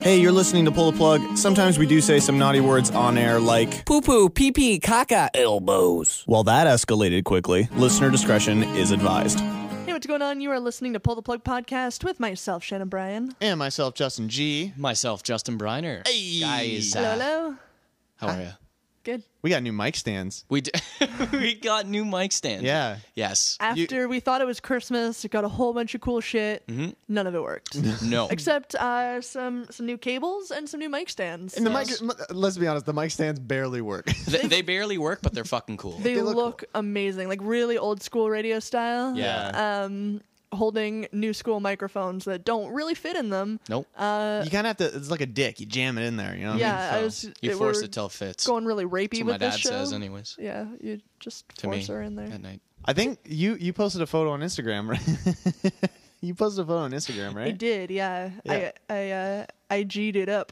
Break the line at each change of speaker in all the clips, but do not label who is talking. Hey, you're listening to Pull the Plug. Sometimes we do say some naughty words on air like,
poo poo, pee pee, caca, elbows.
well, that escalated quickly. Listener discretion is advised.
Hey, what's going on? You are listening to Pull the Plug podcast with myself, Shannon Bryan.
And myself, Justin G.
Myself, Justin Briner. Hey guys,
Hello,
uh,
hello.
how are you?
Good.
We got new mic stands.
We d- we got new mic stands.
Yeah.
Yes.
After we thought it was Christmas, it got a whole bunch of cool shit. None of it worked,
Mm-hmm. no.
except uh, some some new cables and some new mic stands.
And the
Yes.
mic, let's be honest, the mic stands barely work.
Th- they barely work, but they're fucking cool.
they,
they
look,
look
amazing, like really old school radio style.
yeah.
Um, holding new school microphones that don't really fit in them.
nope.
Uh,
you kind of have to, it's like a dick. You jam it in there, you know? what I mean?
yeah, I was.
you
it-
force
we're
it till it fits.
going really
That's
rapey with
what my
this
dad
show.
says, anyways.
yeah, you just
To
force
me.
her in there.
At night.
I think you, you posted a photo on Instagram, right? you posted a photo on Instagram,
I
right?
did, yeah.
Yeah.
I I uh, I G'd it up.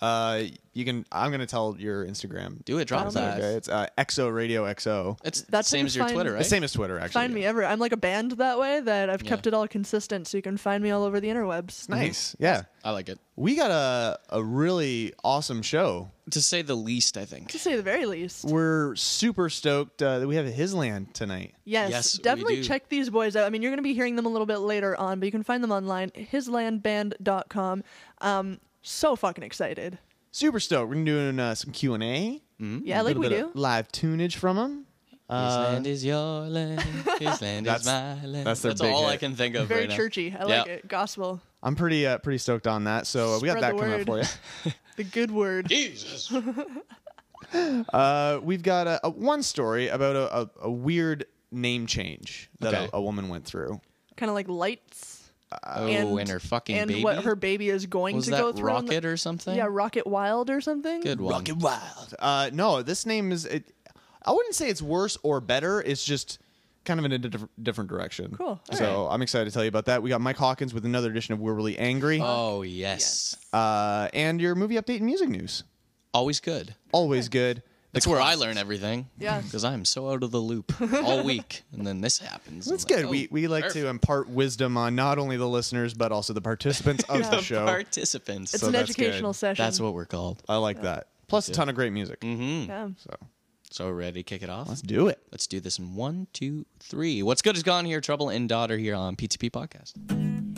Uh, you can, I'm going to tell your Instagram.
Do it. Drop
Drop
that.
it.
Okay, it's uh, XO Radio XO.
It's
That's
same
what
as
you
your
find-
Twitter,
the
right?
The same as Twitter, actually.
Find me ever. I'm like a band that way that I've
Yeah.
kept it all consistent, so you can find me all over the interwebs.
Nice.
Mm-hmm.
Yeah.
I like it.
We got a, a really awesome show.
To say the least, I think.
Mm-hmm. To say the very least.
We're super stoked uh, that we have His Land tonight.
Yes,
Yes, we
definitely
do.
check these boys out. I mean, you're going to be hearing them a little bit later on, but you can find them online, hislandband.com. Um, so fucking excited.
Super stoked. We're doing uh, some Q and A.
Yeah, like we do.
Live tunage from them.
Mm-hmm. His
Uh,
land is your land. His land is
That's-
my land.
that's their
That's
big
all I
hit.
can think of.
Very
right now.
churchy. I like
Yeah.
it. Gospel.
I'm pretty uh, pretty stoked on that. So uh, we got
Spread
that
the
coming up for
word.
you.
The good word.
Jesus.
Uh, we've got a, a one story about a, a, a weird name change that
Okay.
a, a woman went through.
Kind of like lights.
Oh,
and-
and, her fucking
and
baby.
what her baby is going
was
to
that
go through. in the-
Rocket or something?
yeah, Rocket Wild or something.
Good one. Rocket Wild.
Uh, no, this name is. It, I wouldn't say it's worse or better. It's just kind of in a diff- different direction.
Cool. All
so I'm excited to tell you about that. We got Mike Hawkins with another edition of We're Really Angry,
Oh yes.
uh, and your movie update and music news.
Always good.
Always good.
That's where I learn everything.
Yeah.
Because I'm so out of the loop all week, and then this happens.
That's
I'm like,
good.
oh,
we we like to
perfect.
impart wisdom on not only the listeners but also the participants of the show.
participants.
It's
So
an
that's good.
educational session.
That's what we're called.
I like that. Plus a ton of great music.
Yeah.
Mm-hmm. So
So ready to kick it off?
let's do it.
Let's do this in one, two, three. What's good is gone here. Trouble and daughter here on PTP podcast.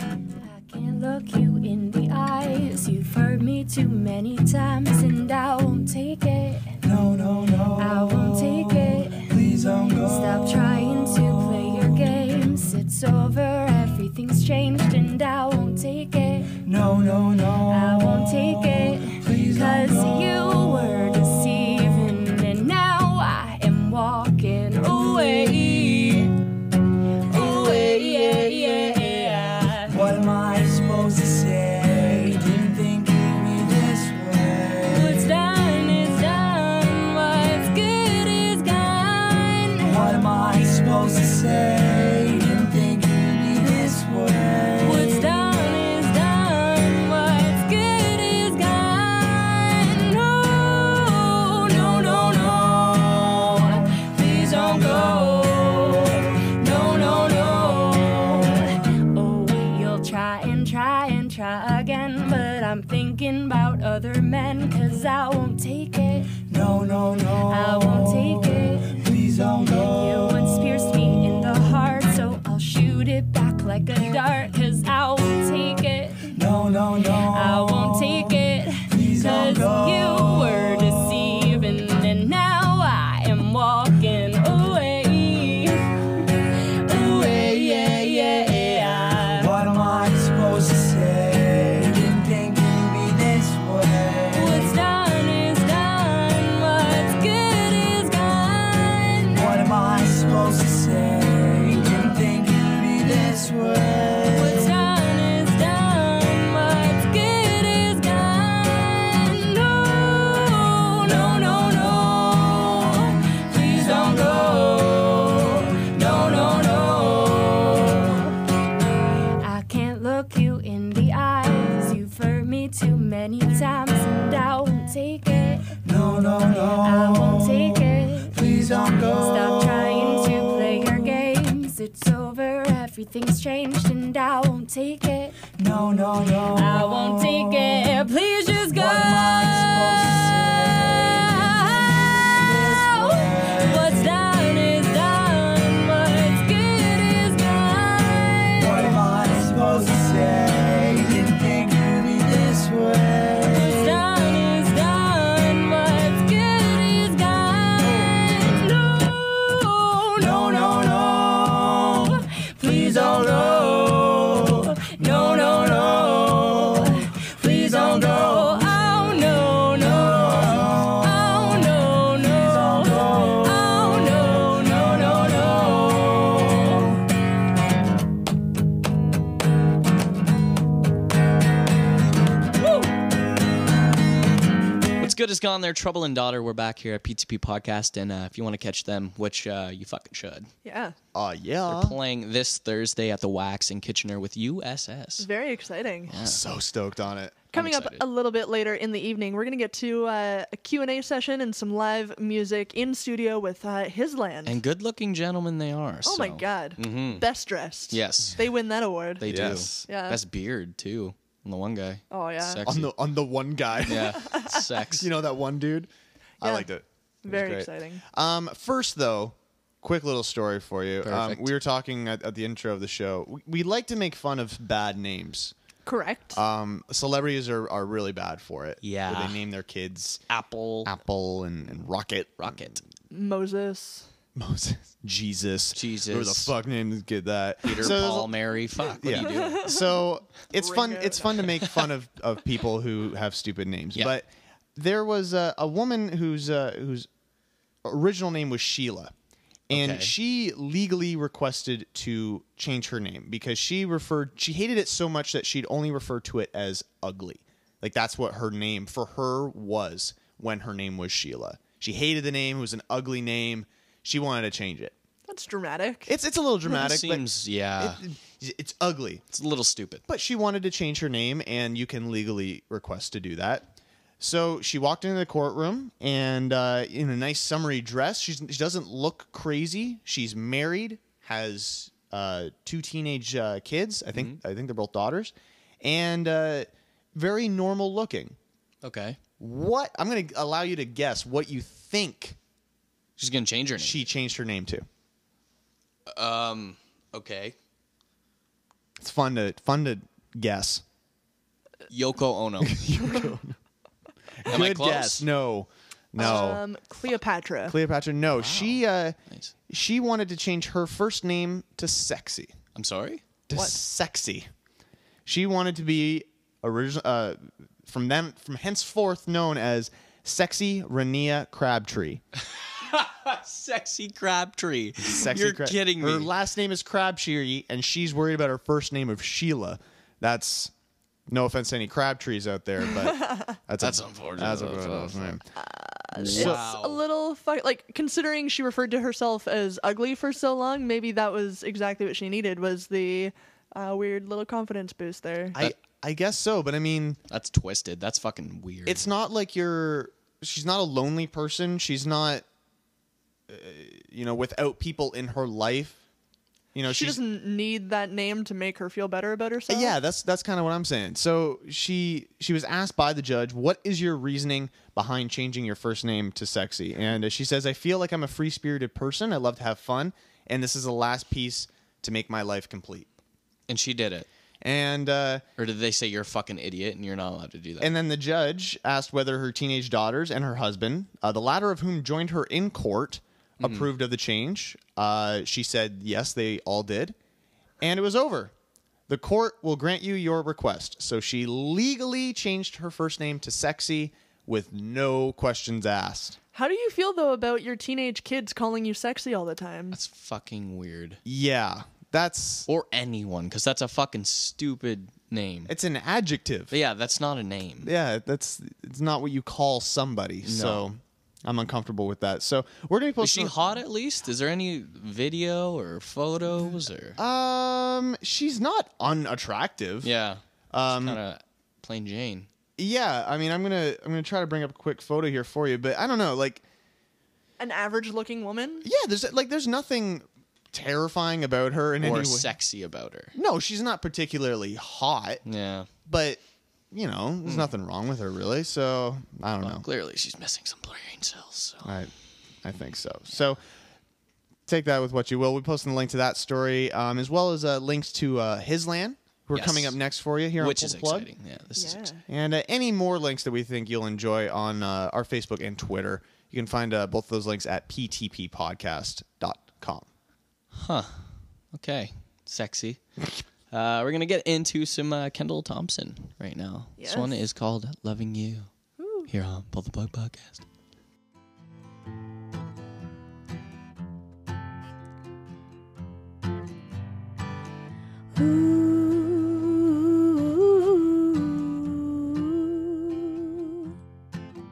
I can't look you in the eyes. You've hurt me too many times, and I won't take it.
No, no, no,
I won't take it.
please don't go.
Stop trying to play your games. It's over, everything's changed, and I won't take it.
No, no, no,
I won't take it.
Please don't
Cause you were deceiving, and now I am walking away. Away, yeah, yeah, yeah.
What am I supposed to say? Didn't think you'd be this way.
What's done is done. What's good is gone.
What am I supposed to say? Didn't think you'd be this way.
What's done is done. What's good is gone. Oh, No, no, no, no. Please don't go. No, no, no. Oh, you'll try and try and try again. But I'm thinking about other men, cause I won't take it.
No, no, no,
I won't take it.
please don't go.
You once pierced me in the heart, so I'll shoot it back like a dart. Cause I won't take it,
No, no, no,
I won't take it.
Please don't
Cause you were deceiving, and now I am walking away. Away, yeah, yeah, yeah.
What am I supposed to say? Didn't think you'd be this way.
What's done is done, what's good is gone.
What am I supposed to say? Didn't think you'd be this way.
What's done is done. What's good is gone. No, no, no, no. Please don't go. No, no, no. I can't look you in the eyes. You've hurt me too many times, and I won't take it.
No, no,
I
no.
won't take it.
Please don't go.
Stop trying to play your games. It's over, everything's changed, and I won't take it.
No, no, no.
I won't take it.
Oh,
What's good is gone. There, trouble and daughter. We're back here at PTP podcast, and uh, if you want to catch them, which uh, you fucking should,
Yeah.
Oh yeah.
playing this Thursday at the Wax in Kitchener with USS.
Very exciting.
So stoked on it.
Coming up
excited.
a little bit later in the evening, we're going to get to uh, a Q&A session and some live music in studio with uh, His Land.
And good-looking gentlemen they are.
oh my
so. Mm-hmm.
god. Best dressed.
Yes,
They win that award.
they
Mm-hmm. Yes.
do.
Yeah.
Best beard too. On the one guy.
Oh, yeah.
Sexy.
On the on the one guy.
yeah. Sex.
you know that one dude? I
Yeah.
liked it. It was
Very
great.
exciting.
Um, first though, quick little story for you. Um,
Perfect.
we were talking at, at the intro of the show. We, we like to make fun of bad names.
Correct.
Um, celebrities are, are really bad for it.
Yeah.
Where they name their kids
Apple.
Apple and, and Rocket,
Rocket.
Moses.
Moses, Jesus,
Jesus.
Who the fuck named this kid that?
Peter,
So there's-
Paul, Mary. Fuck. What
Yeah.
are you doing?
so it's fun.
Ringo.
It's fun to make fun of, of people who have stupid names.
Yeah.
But there was a, a woman whose uh, whose original name was Sheila, and
Okay.
she legally requested to change her name because she referred she hated it so much that she'd only refer to it as ugly. Like that's what her name for her was when her name was Sheila. She hated the name. It was an ugly name. She wanted to change it.
That's dramatic.
It's it's a little dramatic.
Seems.
but
Yeah.
it, it's ugly
it's a little stupid.
but she wanted to change her name and you can legally request to do that so she walked into the courtroom and uh, in a nice summery dress she's, she doesn't look crazy she's married has uh, two teenage uh, kids i think
Mm-hmm.
i think they're both daughters and uh, very normal looking
Okay.
what i'm going to allow you to guess what you think
She's gonna change her name.
she changed her name to
Um, okay.
it's fun to fun to guess
Yoko Ono. Am I
Good
close?
guess no no
Um, Cleopatra.
Cleopatra. No, she uh,
Nice.
she wanted to change her first name to sexy.
I'm sorry.
To sexy. She wanted to be original uh, from then from henceforth known as sexy Rania Crabtree.
Sexy Crabtree.
Sexy
You're
Crab-
kidding me.
Her last name is Crabtree, and she's worried about her first name of Sheila. That's no offense to any Crabtrees out there, but that's
That's unfortunate.
That's unfortunate. man.
It's a little fu- like considering she referred to herself as ugly for so long. Maybe that was exactly what she needed was the uh, weird little confidence boost there.
I I guess so, but I mean.
That's twisted. That's fucking weird.
it's not like you're she's not a lonely person she's not uh, you know without people in her life you know
she
she's
doesn't need that name to make her feel better about herself.
yeah that's that's kind of what i'm saying so she she was asked by the judge what is your reasoning behind changing your first name to sexy and uh, she says i feel like i'm a free spirited person i love to have fun and this is the last piece to make my life complete
and she did it.
and uh
Or did they say you're a fucking idiot and you're not allowed to do that?
And then the judge asked whether her teenage daughters and her husband, uh, the latter of whom joined her in court,
Hmm.
approved of the change. Uh, she said yes, they all did. And it was over. The court will grant you your request. So she legally changed her first name to Sexy with no questions asked.
How do you feel though about your teenage kids calling you sexy all the time?
that's fucking weird.
Yeah, that's
Or anyone, because that's a fucking stupid name.
it's an adjective.
But yeah, that's not a name.
yeah, that's it's not what you call somebody. So I'm uncomfortable with that. So we're gonna be
Is she
posting.
hot at least? Is there any video or photos or?
Um, she's not unattractive.
yeah. Um, kind of plain Jane.
Yeah, I mean, I'm gonna I'm gonna try to bring up a quick photo here for you, but I don't know, like,
An average looking woman?
yeah, there's like there's nothing terrifying about her in any
Or
way.
sexy about her.
No, she's not particularly hot,
Yeah. Hmm.
but you know, there's nothing wrong with her really. So I don't know.
Clearly, she's missing some brain cells. So.
I, I think so. So take that with what you will. We posted the link to that story, um, as well as uh, links to uh, His Land, who are
Yes.
coming up next for you here
Which
on
is
Pull the Plug.
exciting. Yeah, this is
Yeah.
exciting.
And uh, any more links that we think you'll enjoy on uh, our Facebook and Twitter. You can find uh, both of those links at ptppodcast.com.
Okay, sexy. Uh, we're gonna get into some uh, Kendall Thompson right now. This one
Yes.
is called "Loving You" here on Pull the Plug Podcast.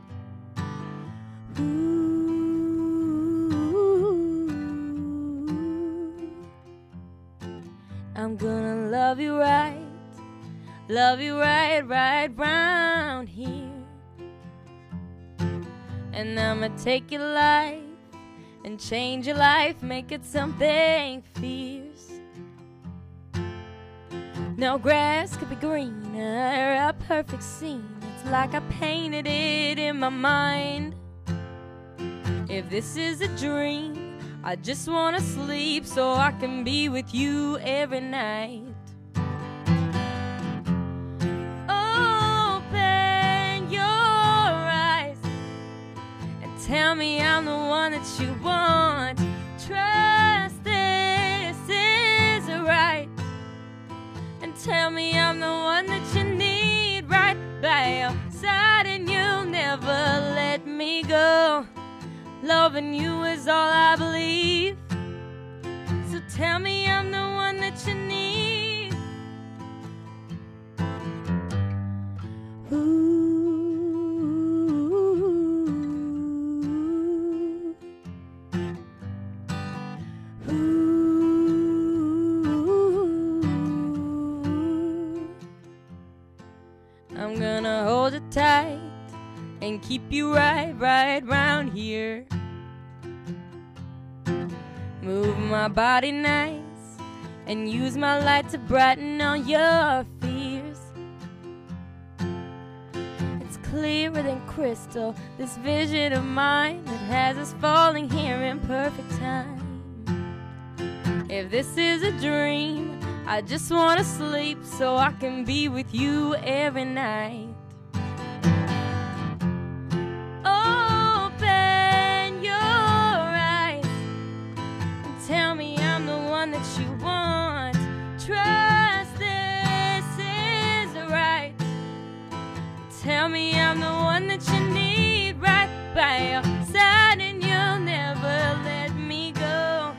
Ooh.
love you right, love you right, right round here. And I'ma take your life and change your life, make it something fierce. No grass could be greener, a perfect scene. It's like I painted it in my mind. If this is a dream, I just wanna sleep so I can be with you every night. Open your eyes and tell me I'm the one that you want. Trust this is right and tell me I'm the one that you need right by your side, and you'll never let me go. Loving you is all I believe. So tell me I'm the one that you need. Ooh. Ooh. I'm gonna hold it tight and keep you right, right round here. Move my body nice and use my light to brighten all your fears. It's clearer than crystal, this vision of mine that has us falling here in perfect time. If this is a dream, I just want to sleep so I can be with you every night. Open your eyes and tell me I'm the one that you want. Trust this is right. Tell me I'm the one that you need right by your side, and you'll never let me go.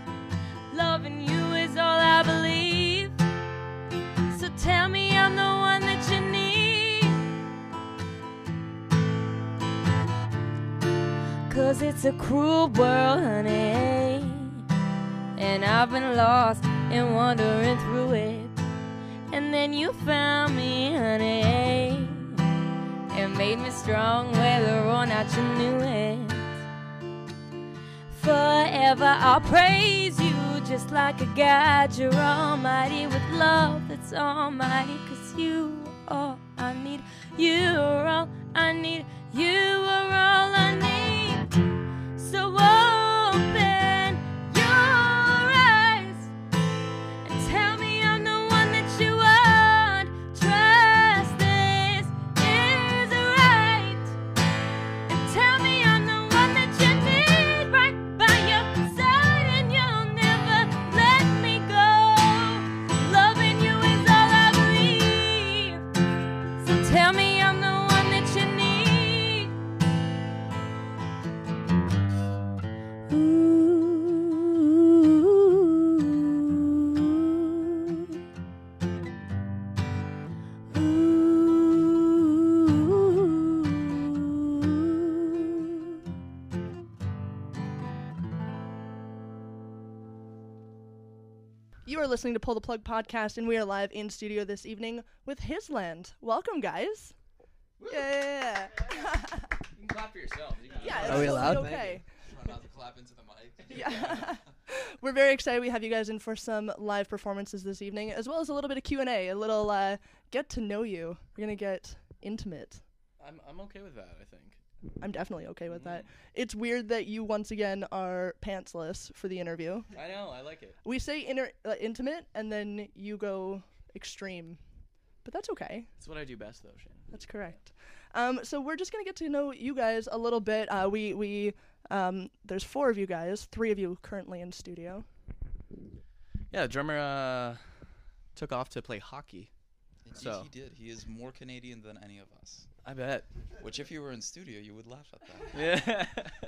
Loving you is all I believe. So tell me I'm the one that you need. Cause it's a cruel world, honey. And I've been lost and wandering through it. And then you found me, honey. And made me strong whether or not you knew it. Forever I'll praise you just like a God. You're almighty with love that's almighty. Cause you are all I need. You are all I need. You are all I need. So open your eyes and tell me I'm the one that you want. Trust this is right. And tell me I'm the one that you need right by your side, and you'll never let me go. Loving you is all I believe. So tell me I'm the one that you need. Ooh. Ooh.
You are listening to Pull the Plug podcast, and we are live in studio this evening with His Land. Welcome, guys. Yeah.
You can clap for yourself. You can
yeah.
just
it's
Are we
totally
allowed?
Okay.
run out the clap into the mic.
Yeah. We're very excited we have you guys in for some live performances this evening, as well as a little bit of Q and A, a little uh, get to know you. We're gonna get intimate.
I'm, I'm okay with that, I think.
I'm definitely okay with that.
Mm-hmm.
It's weird that you once again are pantsless for the interview.
I know, I like it.
We say inner, uh, intimate, and then you go extreme, but that's okay.
It's what I do best, though, Shane.
That's correct. Um, so we're just gonna get to know you guys a little bit. Uh, we we um, there's four of you guys, three of you currently in studio.
Yeah, drummer uh, took off to play hockey.
Indeed,
So-
he did. He is more Canadian than any of us.
I bet.
Which, if you were in studio, you would laugh at that.
Yeah.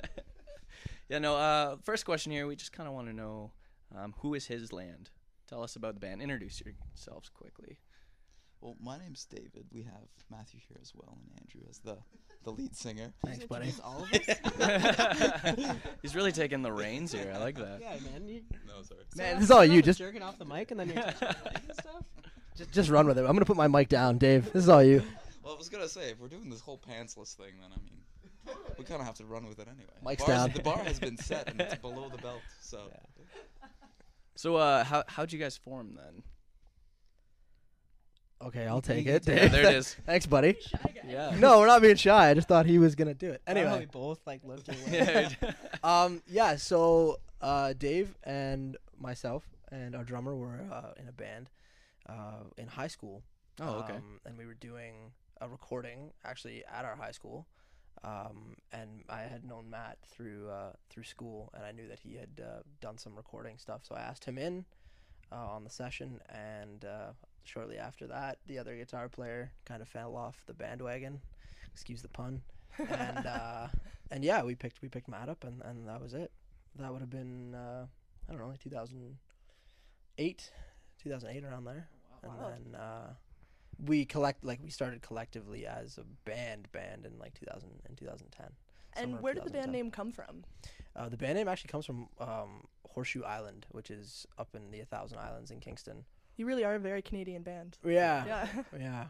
yeah, no, uh, first question here, we just kind of want to know um, who is his land? Tell us about the band. Introduce yourselves quickly.
Well, my name's David. We have Matthew here as well, and Andrew as the, the lead singer.
Thanks, buddy.
All of us?
He's really taking the reins here. I like that.
Yeah, man. You,
no, sorry.
man, this is all you. Just jerking off the mic and then you're touching the mic and stuff. Just, just run with it. I'm gonna put my mic down, Dave. This is all you.
Well, I was gonna say if we're doing this whole pantsless thing, then I mean, we kind of have to run with it anyway.
Mike's
Bars-
down.
The bar has been set and it's below the belt, so
So uh, how how'd you guys form then?
Okay, I'll take it.
Yeah, there it is.
Thanks, buddy.
Yeah.
No, we're not being shy. I just thought he was gonna do it.
I don't know how
Anyway,
we both like looked away.
um, yeah. So, uh, Dave and myself and our drummer were uh, in a band uh, in high school.
Oh, okay.
Um, and we were doing a recording actually at our high school. Um, and I had known Matt through uh, through school, and I knew that he had uh, done some recording stuff. So I asked him in uh, on the session, and uh, shortly after that, the other guitar player kind of fell off the bandwagon. Excuse the pun. And uh, and yeah, we picked we picked Matt up, and, and that was it. That would have been uh, I don't know, like 2008, 2008 around there. And then uh, we collect like we started collectively as a band band in like 2000 and 2010 summer
And
of
where did the band
2010.
name come from?
uh, the band name actually comes from um, horseshoe island which is up in the thousand islands in kingston
You really are a very Canadian band.
yeah
Yeah.
yeah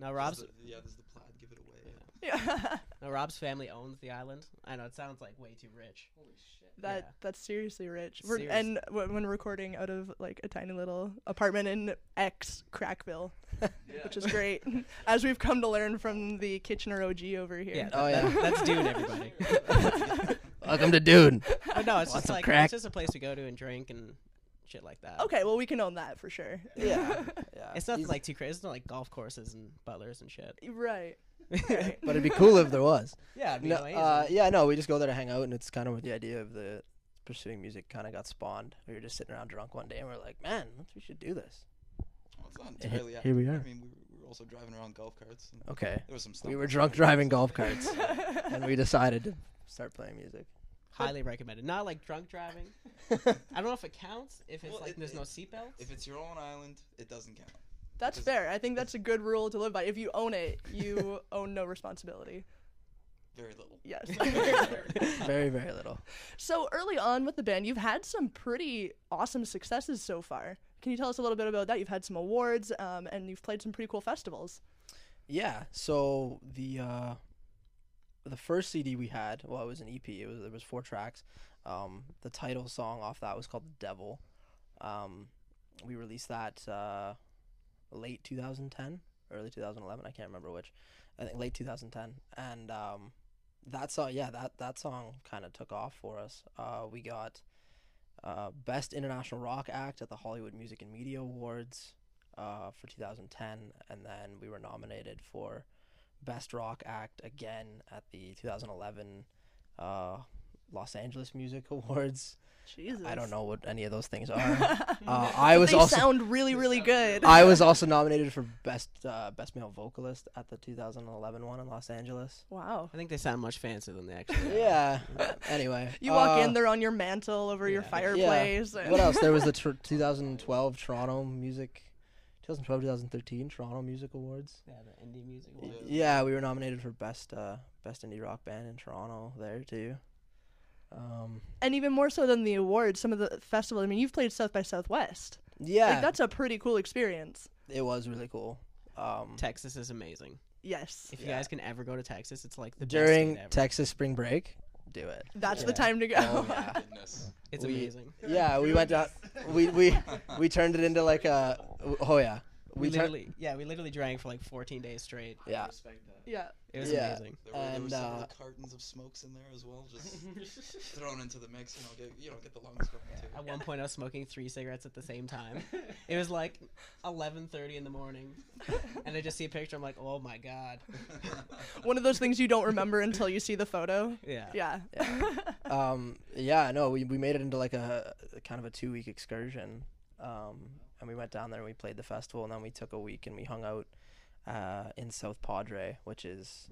Now Rob's
This is the- yeah, this is the plaid give it away.
yeah.
now Rob's family owns the island. I know it sounds like way too rich.
That
Yeah.
that's seriously rich. We're,
Serious.
and w- when recording out of like a tiny little apartment in X Crackville, which is great, as we've come to learn from the Kitchener OG over here.
Yeah,
Oh,
oh
yeah.
yeah, that's Dune, everybody.
welcome to dude
But no,
Lots
it's just
of
like
crack.
it's just a place to go to and drink and shit like that.
Okay, well we can own that for sure.
yeah yeah
It's nothing like too crazy. It's not like golf courses and butlers and shit.
Right.
yeah,
but it'd be cool if there was
it'd be
no,
amazing.
uh, yeah no we just go there to hang out and it's kind of with the idea of the pursuing music kind of got spawned we were just sitting around drunk one day and we are like man we should do this
Well, it's not
Eh,
entirely
here
accurate.
we are.
I mean, we were, we were also driving around golf carts. And
okay
There was some stuff.
we were drunk driving golf carts and we decided to start playing music
Highly recommended. Not like drunk driving. I don't know if it counts. If it's
Well,
like
it-
there's
it-
no seatbelt.
If it's your own island, it doesn't count.
That's fair. I think that's a good rule to live by. If you own it, you own no responsibility.
Very little.
Yes.
very very little
so early on with the band, you've had some pretty awesome successes so far. Can you tell us a little bit about that? You've had some awards, um, and you've played some pretty cool festivals.
Yeah. So the uh, the first CD we had, well, it was an EP. It was there was four tracks. Um, the title song off that was called "The Devil." Um, we released that uh, late 2010, early 2011. I can't remember which. I think late 2010. And um, that song, yeah, that that song kind of took off for us. Uh, we got uh, best international rock act at the Hollywood Music and Media Awards uh, for 2010, and then we were nominated for Best Rock Act again at the 2011 uh, Los Angeles Music Awards.
Jesus.
I don't know what any of those things are. uh, I was
they
also
sound really, really good.
I was also nominated for best uh, best male vocalist at the 2011 one in Los Angeles.
wow.
I think they sound much fancier than they actually. are.
Yeah. anyway,
You walk
uh,
in, they're on your mantle over your
yeah.
fireplace. and-
What else? There was the tr- 2012 Toronto Music, 2012 2013 Toronto Music Awards.
Yeah, the indie music.
Y-
One.
Yeah, we were nominated for best uh, best indie rock band in Toronto there too. Um,
And even more so than the awards, some of the festivals. I mean, you've played South by Southwest.
yeah,
Like that's a pretty cool experience.
it was really cool. Um,
Texas is amazing.
Yes.
If you guys can ever go to Texas, it's like the
during
best state ever.
Texas spring break, do it.
That's the time to go.
Oh, yeah.
Goodness.
It's
we-
amazing.
yeah, we went out. We we we turned it into like a. Oh yeah,
We,
we, turned.
literally, yeah, we literally drank for like 14 days straight.
Yeah,
yeah.
It was
Yeah.
amazing.
There were, there were
And,
several
uh,
cartons of smokes in there as well, just thrown into the mix. You know, get, you know, get the lungs going too.
At one point, I was smoking three cigarettes at the same time. It was like 11:30 in the morning, and I just see a picture. I'm like, oh my god.
One of those things you don't remember until you see the photo.
Yeah.
Yeah.
um, yeah, no, we, we made it into like a, a kind of a two week excursion. Um, and we went down there and we played the festival, and then we took a week and we hung out uh, in South Padre, which is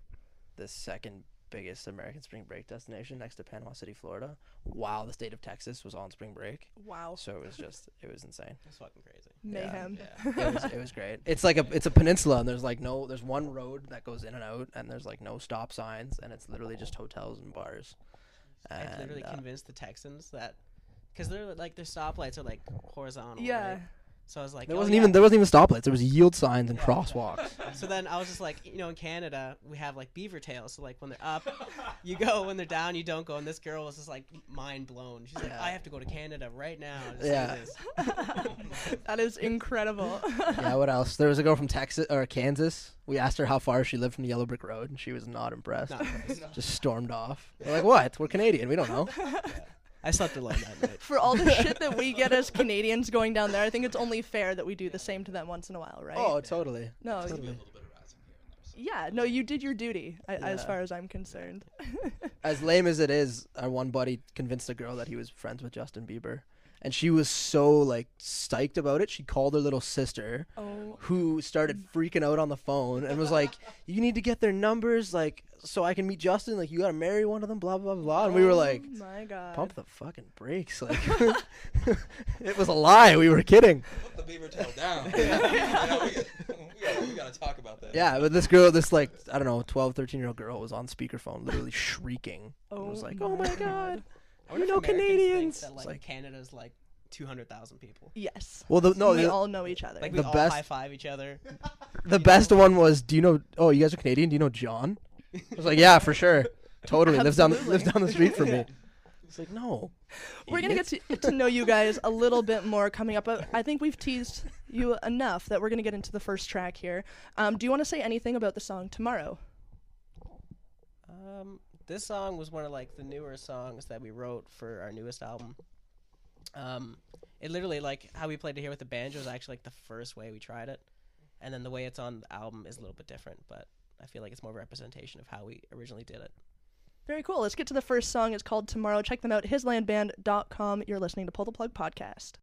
the second biggest American spring break destination next to Panama City, Florida. While the state of Texas was on spring break,
Wow.
so it was just it was insane.
It's fucking crazy.
Mayhem.
It was, it was great. It's like a it's a peninsula, and there's like no there's one road that goes in and out, and there's like no stop signs, and it's literally just hotels and bars.
I
And,
literally
uh,
convinced the Texans that, because they're like their stoplights are like horizontal.
Yeah.
right?
So I was like,
There
oh,
wasn't
yeah.
even there wasn't even stoplights. There was yield signs and crosswalks.
So then I was just like, you know, in Canada we have like beaver tails. So like when they're up, you go. When they're down, you don't go. And this girl was just like mind blown. She's like, I have to go to Canada right now. and just do
Yeah.
this."
That is incredible.
yeah, what else? There was a girl from Texas or Kansas. We asked her how far she lived from the Yellow Brick Road, and she was not impressed.
Not impressed.
Just stormed off. We're like, what? We're Canadian. We don't know.
I slept alone that night.
For all the shit that we get as Canadians going down there, I think it's only fair that we do the same to them once in a while, right?
Oh, totally.
no.
Totally.
Yeah, no, you did your duty, I, as
Yeah.
far as I'm concerned.
As lame as it is, our one buddy convinced a girl that he was friends with Justin Bieber, and she was so like psyched about it. She called her little sister,
Oh.
who started freaking out on the phone and was like, "You need to get their numbers, like, so I can meet Justin. Like, you gotta marry one of them, blah blah blah." And we were like,
oh my god.
pump the fucking brakes like it was a lie we were kidding
Put the beaver tail down. Yeah, we, got- we gotta, we gotta talk about that.
yeah but this girl this like i don't know 12 13 year old girl was on speakerphone literally shrieking
Oh
and was like oh my god
I
You
wonder if
know
Americans think
Canadians.
That, like,
It's like-
Canada's like two hundred thousand people.
Yes.
well the no
we
the,
all know each other.
Like we
The
all
best-
high five each other.
the best one was do you know oh you guys are canadian do you know john i was like yeah for sure totally lives down the, lives
Absolutely.
down the street from me it's like no
We're gonna get to, to know you guys a little bit more coming up. But I think we've teased you enough that we're gonna get into the first track here. Um, do you want to say anything about the song tomorrow?
Um, this song was one of like the newer songs that we wrote for our newest album. Um, it literally like how we played it here with the banjo is actually like the first way we tried it, and then the way it's on the album is a little bit different. But I feel like it's more of a representation of how we originally did it.
Very cool. Let's get to the first song. It's called Tomorrow. Check them out. Hislandband.com. You're listening to Pull the Plug podcast.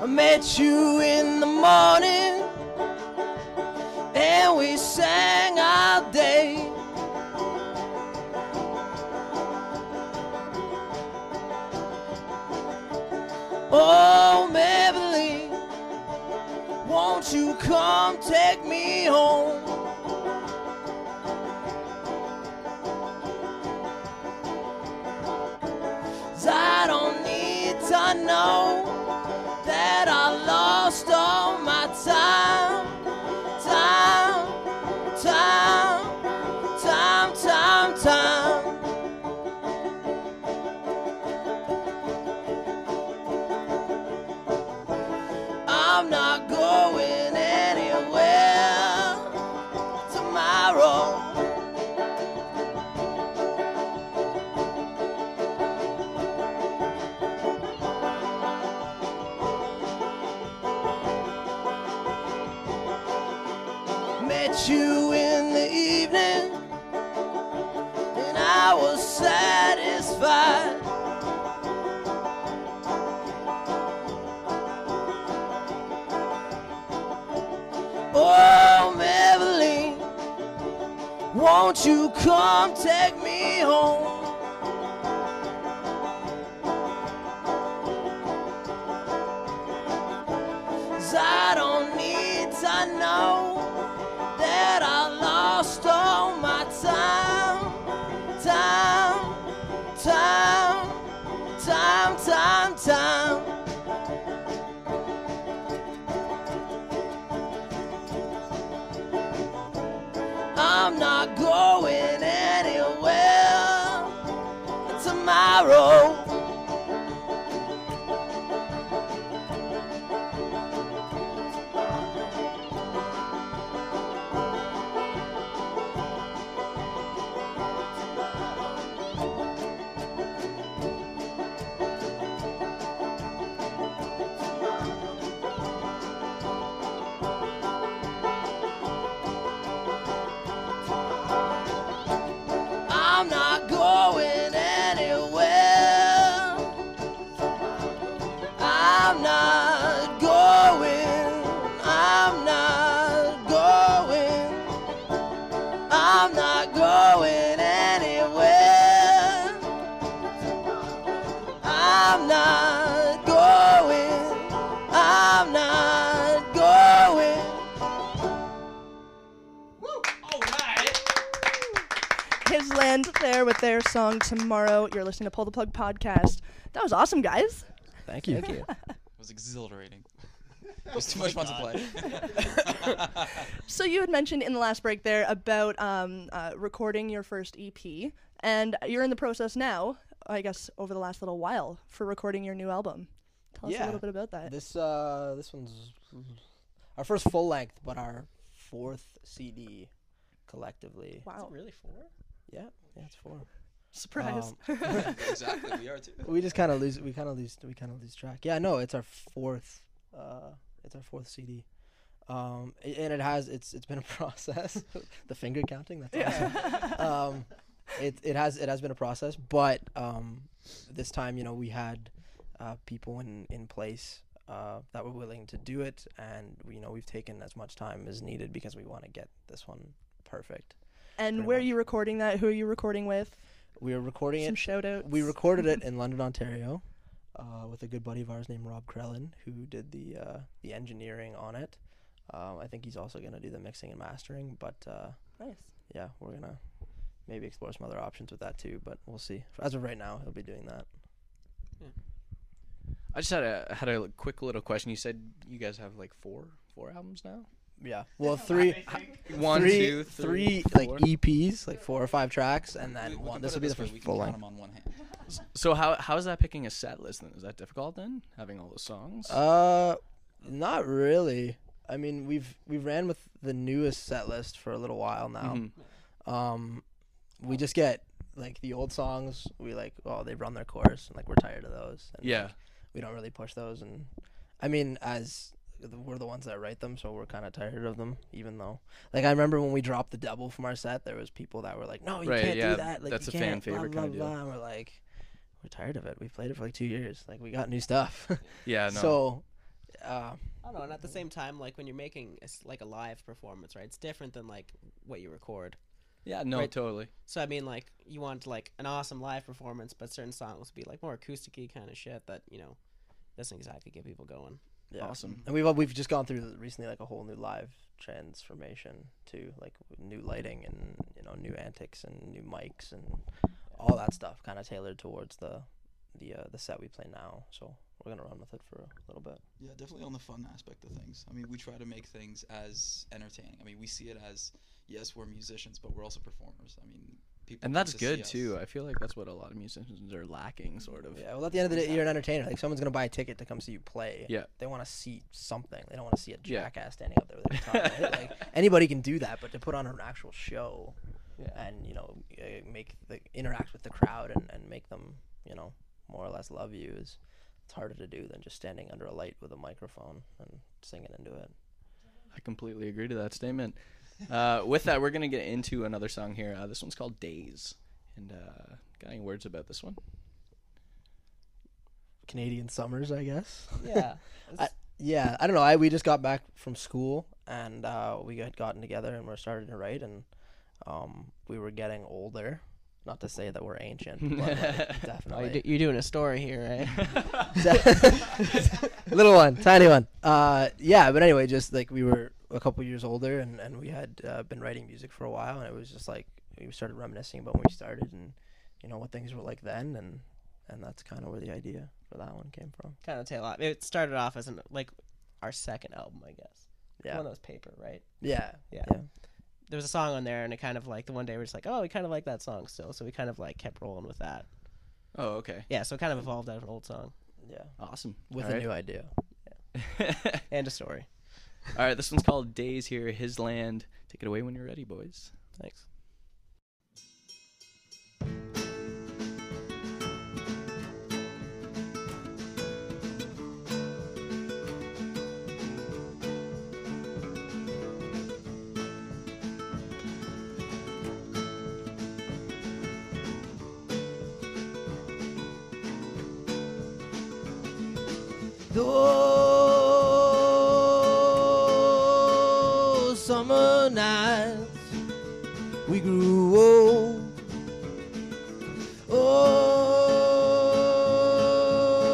I met you in the morning and we sang all day. Oh, Maybelline, won't you come take me home? I don't need to know that I lost all my time, time, time, time, time, time. I'm not going anywhere tomorrow. Met you in the evening, and I was satisfied. Oh, Maybelline, won't you come take me home? I don't need to know that I lost all my time, time, time, time, time, time. I'm not going anywhere tomorrow. I'm not going anywhere. I'm not going. I'm not going. there with their song Tomorrow. You're listening to Pull the Plug podcast. That was awesome, guys.
Thank you.
Thank you. Oh
It was exhilarating. It was too much fun to play.
So you had mentioned in the last break there about um, uh, recording your first EP, and you're in the process now, I guess, over the last little while for recording your new album. Tell us a
Yeah.
little bit about that.
This uh, this one's our first full length, but our fourth CD collectively.
Wow,
Really four?
Yeah, yeah, it's four. Um,
surprise!
exactly, we are too.
We just kind of lose. We kind of lose. We kind of lose track. Yeah, no, it's our fourth. Uh, it's our fourth CD. Um, a- and it has. It's it's been a process. the finger counting. That's awesome. um, it it has it has been a process, but um, this time you know we had uh, people in in place uh, that were willing to do it, and you know we've taken as much time as needed because we want to get this one perfect.
and
pretty
where are
much.
you recording that? Who are you recording with?
We are recording
Some
it
shout outs.
we recorded it in London, Ontario, uh, with a good buddy of ours named Rob Krellin, who did the uh, the engineering on it. Um, I think he's also gonna do the mixing and mastering, but uh,
nice.
yeah, we're gonna maybe explore some other options with that too. But we'll see. As of right now, he'll be doing that.
I just had a had a quick little question. You said you guys have like four four albums now.
Yeah. Well, three,
One,
three-
two,
three,
three, four.
like EPs, like four or five tracks, and
We-
then
we
one.
can
This
put it
will be the
way,
first
we can
full
count
length.
'em on one hand.
So how how is that picking a set list then? Is that difficult then? Having all those songs?
Uh, not really. I mean, we've we've ran with the newest set list for a little while now.
Mhm.
Um, we just get like the old songs. We like, oh, they run their course, and like we're tired of those. And,
yeah.
like, we don't really push those, and I mean, as the- we're the ones that write them, so we're kind of tired of them. Even though, like, I remember when we dropped the double from our set, there was people that were like, "No, you
Right,
can't
yeah,
do that. Like,
that's
you
a fan
can't, blah,
favorite
Blah,
kinda deal.
blah, And we're like, "We're tired of it. We played it for like two years. Like, we got new stuff."
Yeah. No.
So, uh,
I don't know. And at the same time, like when you're making a s like a live performance, right? It's different than like what you record.
yeah. No.
right.
Totally.
So I mean, like you want like an awesome live performance, but certain songs be like more acousticy kind of shit that you know doesn't exactly get people going.
yeah.
Awesome.
And we've all- we've just gone through recently like a whole new live transformation too, like with new lighting and you know new antics and new mics and all that stuff, kind of tailored towards the the uh, the set we play now. So we're gonna run with it for a little bit.
Yeah, definitely on the fun aspect of things. I mean, we try to make things as entertaining. I mean, we see it as yes, we're musicians, but we're also performers. I mean, people
And
come
that's
to see
good
us.
too. I feel like that's what a lot of musicians are lacking, sort of.
Yeah. Well, at the end of the day, you're an entertainer. Like someone's gonna buy a ticket to come see you play.
Yeah.
They want to see something. They don't want to see a
Yeah.
jackass standing up there with a guitar. right? Like anybody can do that, but to put on an actual show and you know eh, make the interact with the crowd and, and make them you know more or less love you is it's harder to do than just standing under a light with a microphone and singing into it.
I completely agree to that statement. Uh, with that, we're gonna get into another song here. Uh, this one's called Days. And uh, got any words about this one?
Canadian summers, I guess.
Yeah.
I, yeah, I don't know. I we just got back from school and uh, we had gotten together and we're starting to write and um, we were getting older. Not to say that we're ancient, but like,
Oh, you're,
definitely.
do- you're doing a story here, right?
little one, tiny one. Uh, yeah, but anyway, just like we were a couple years older, and and we had uh, been writing music for a while, and it was just like we started reminiscing about when we started, and you know what things were like then, and and that's kind of where the idea for that one came from.
kind of tail off. It started off as an like our second album, I guess. The
Yeah.
One that was paper, right?
Yeah,
Yeah.
Yeah.
There was a song on there, and it kind of like the one day we're just like, oh, we kind of like that song still, so we kind of like kept rolling with that.
Oh, okay.
Yeah, so it kind of evolved out of an old song
yeah,
Awesome.
with
All
a
right.
new idea.
and a story.
All right, this one's called Days Here, His Land. Take it away when you're ready, boys.
Thanks.
Those summer nights we grew old.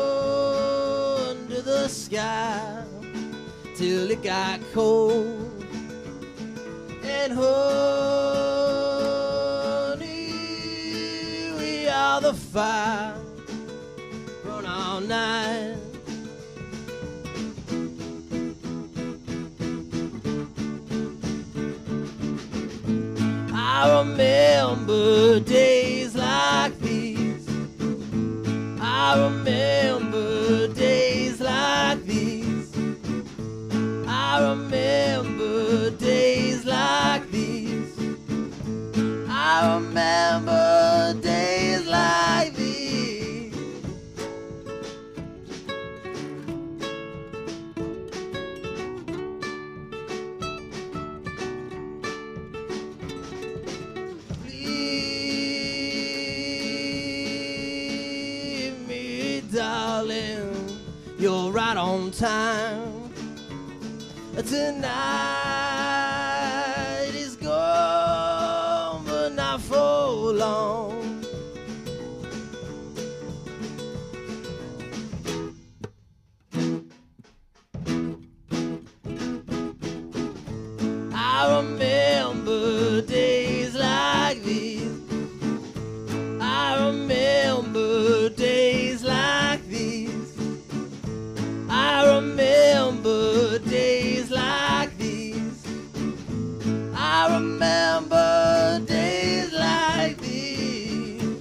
Oh, under the sky till it got cold. And honey,
fire, run all night. I remember days like these. I remember days like these. I remember days like these. I remember days like these. Leave me, darling. You're right on time. Tonight is gone, but not for long. I remember days like these. I remember days like these. I remember days like these. I remember days like these.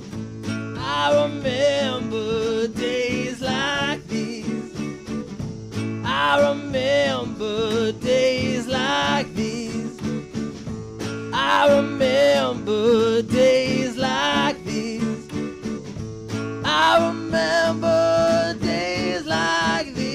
I remember days like these. I remember days like these. I remember days like these. I remember days like these.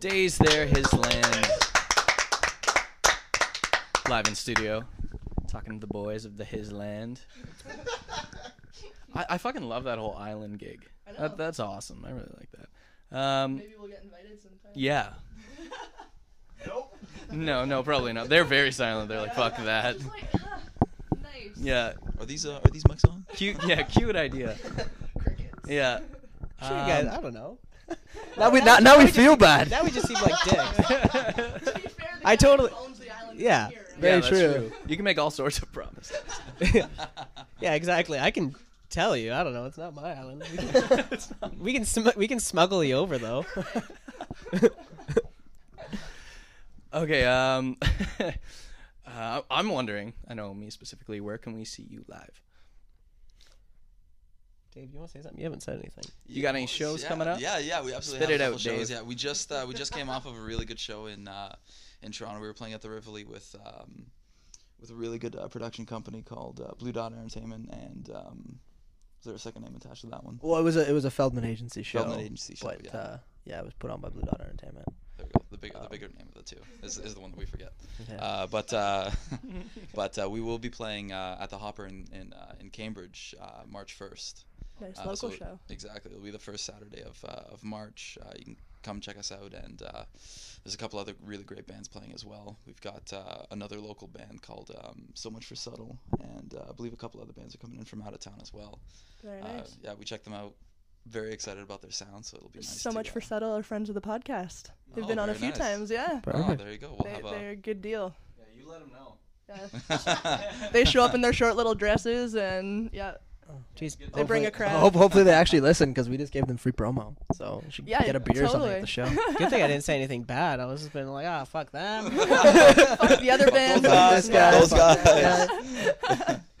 Days there, his land. Live in studio, talking to the boys of the his land. I, I fucking love that whole island gig. That, that's awesome. I really like that. Um,
Maybe we'll get invited sometime.
yeah. Nope. No, no, probably not. They're very silent. They're like, fuck that. Yeah.
Are these uh, are these mics on?
Cute. Yeah. Cute idea. Yeah.
Sure, you guys,
Um,
I don't know.
Now we now, now we
just
feel
seem-
bad.
Now we just seem like dicks.
I
totally- yeah.
Very
yeah, that's
true.
You can make all sorts of promises.
Yeah, exactly. I can tell you. I don't know. It's not my island. We can we can, sm- we can smuggle you over though.
Okay. Um, uh, I'm wondering. I know me specifically. Where can we see you live?
Dave, you want to say something? You haven't said anything.
You got any shows
yeah,
coming up?
Yeah, yeah, we absolutely
Spit
have
it
a couple
out,
shows.
Dave.
Yeah, we just uh, we just came off of a really good show in uh, in Toronto. We were playing at the Rivoli with um, with a really good uh, production company called uh, Blue Dot Entertainment, and um, is there a second name attached to that one?
Well, it was a it was a Feldman agency show.
Feldman Agency show,
but
yeah.
uh, yeah, it was put on by Blue Dot Entertainment. Um,
There we go. The bigger the bigger name of the two is, is the one that we forget. Uh, but uh, but uh, we will be playing uh, at the Hopper in in, uh, in Cambridge uh, March first.
Nice
Uh,
local
so-
show.
Exactly. It'll be the first Saturday of, uh, of March. Uh, you can come check us out. And uh, there's a couple other really great bands playing as well. We've got uh, another local band called um, So Much for Subtle. And uh, I believe a couple other bands are coming in from out of town as well.
Very
Uh,
nice.
yeah, we checked them out. Very excited about their sound. So it'll be nice.
so
to,
much
uh,
for Settle, our friends of the podcast. They've
Oh,
been on a
very nice.
few times, yeah.
Oh, there you go. We'll
They,
have
they're
a.
a good deal.
Yeah, you let them know.
They show up in their short little dresses, and yeah,
Jeez,
they bring a
hopefully-
crowd.
Hope, Oh, hopefully they actually listen because we just gave them free promo, so we should
Yeah,
get a beer or something
totally.
at the show.
Good thing I didn't say anything bad. I was just been like, ah, fuck that.
Fuck the other band.
Those guys,
This guy.
those guys.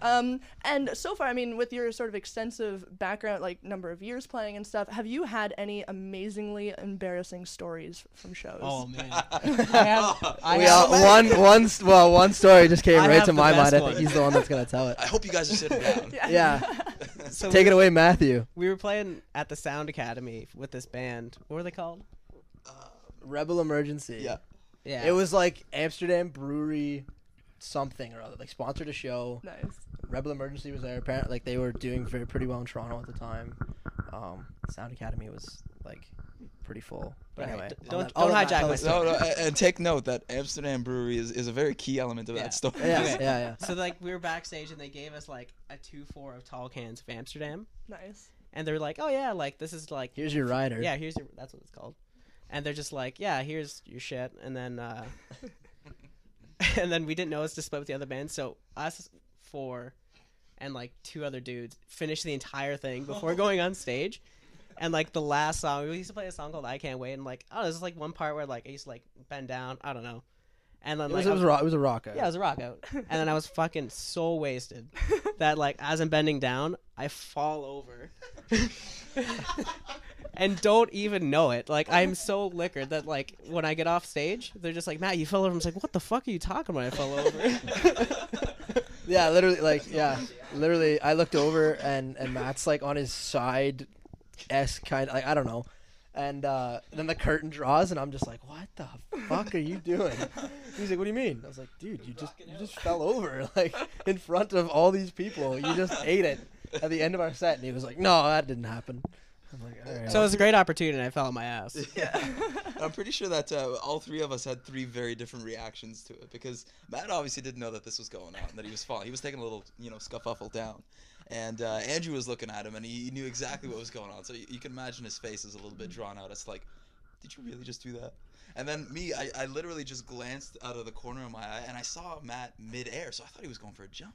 Um, and so far, I mean, with your sort of extensive background, like number of years playing and stuff, have you had any amazingly embarrassing stories from shows?
Oh man, I have, I
We
have,
all, one one s- well one story just came
I
right
have
to
the
my
best
mind. I
one.
think he's the one that's gonna tell it.
I hope you guys are sitting down.
Yeah,
so
take
we,
it away, Matthew.
we were playing at the Sound Academy with this band. What were they called?
Rebel Emergency.
Uh, Yeah.
Yeah,
It was like Amsterdam Brewery something or other. Like sponsored a show.
nice.
Rebel Emergency was there. Apparently, like they were doing very pretty well in Toronto at the time. Um, Sound Academy was like pretty full. But
Right.
anyway,
D-
I'll
don't-
let- I'll
don't
let Matt
hijack
tell
my
us-
story.
No, no, a- and take note that Amsterdam Brewery is, is a very key element of
Yeah.
that story.
Yeah, yeah, yeah.
So like we were backstage and they gave us like a two four of tall cans of Amsterdam,
Nice.
and they're like, oh yeah, like this is like
Here's your rider.
yeah, here's your that's what it's called, and they're just like, yeah, here's your shit, and then uh, and then we didn't know it's to split with the other band, so us four and like two other dudes finished the entire thing before going on stage. And like the last song, we used to play a song called "I Can't Wait," and like, oh, there's like one part where like I used to like bend down, I don't know, and then
It
like
was,
I
it
was-
was, a ro- it was a rock out.
yeah, it was a rock out. And then I was fucking so wasted that like as I'm bending down, I fall over. and don't even know it. Like I'm so liquored that like when I get off stage, they're just like, Matt, you fell over. I'm just like, what the fuck are you talking about? I fell over.
Yeah, literally, like, yeah, literally. I looked over and and Matt's like on his side, s kind of like I don't know, and uh, then the curtain draws and I'm just like, what the fuck are you doing? He's like, what do you mean? I was like, dude, you just you just fell over like in front of all these people. You just ate it at the end of our set, and he was like, no, that didn't happen. I'm like, all right.
so it was a great opportunity and I fell on my ass.
I'm pretty sure that uh, all three of us had three very different reactions to it because Matt obviously didn't know that this was going on, that he was falling. He was taking a little, you know, scuffle down. And uh, Andrew was looking at him and he knew exactly what was going on. So you, you can imagine his face is a little bit drawn out. It's like, did you really just do that? And then me, I, I literally just glanced out of the corner of my eye and I saw Matt midair. So I thought he was going for a jump.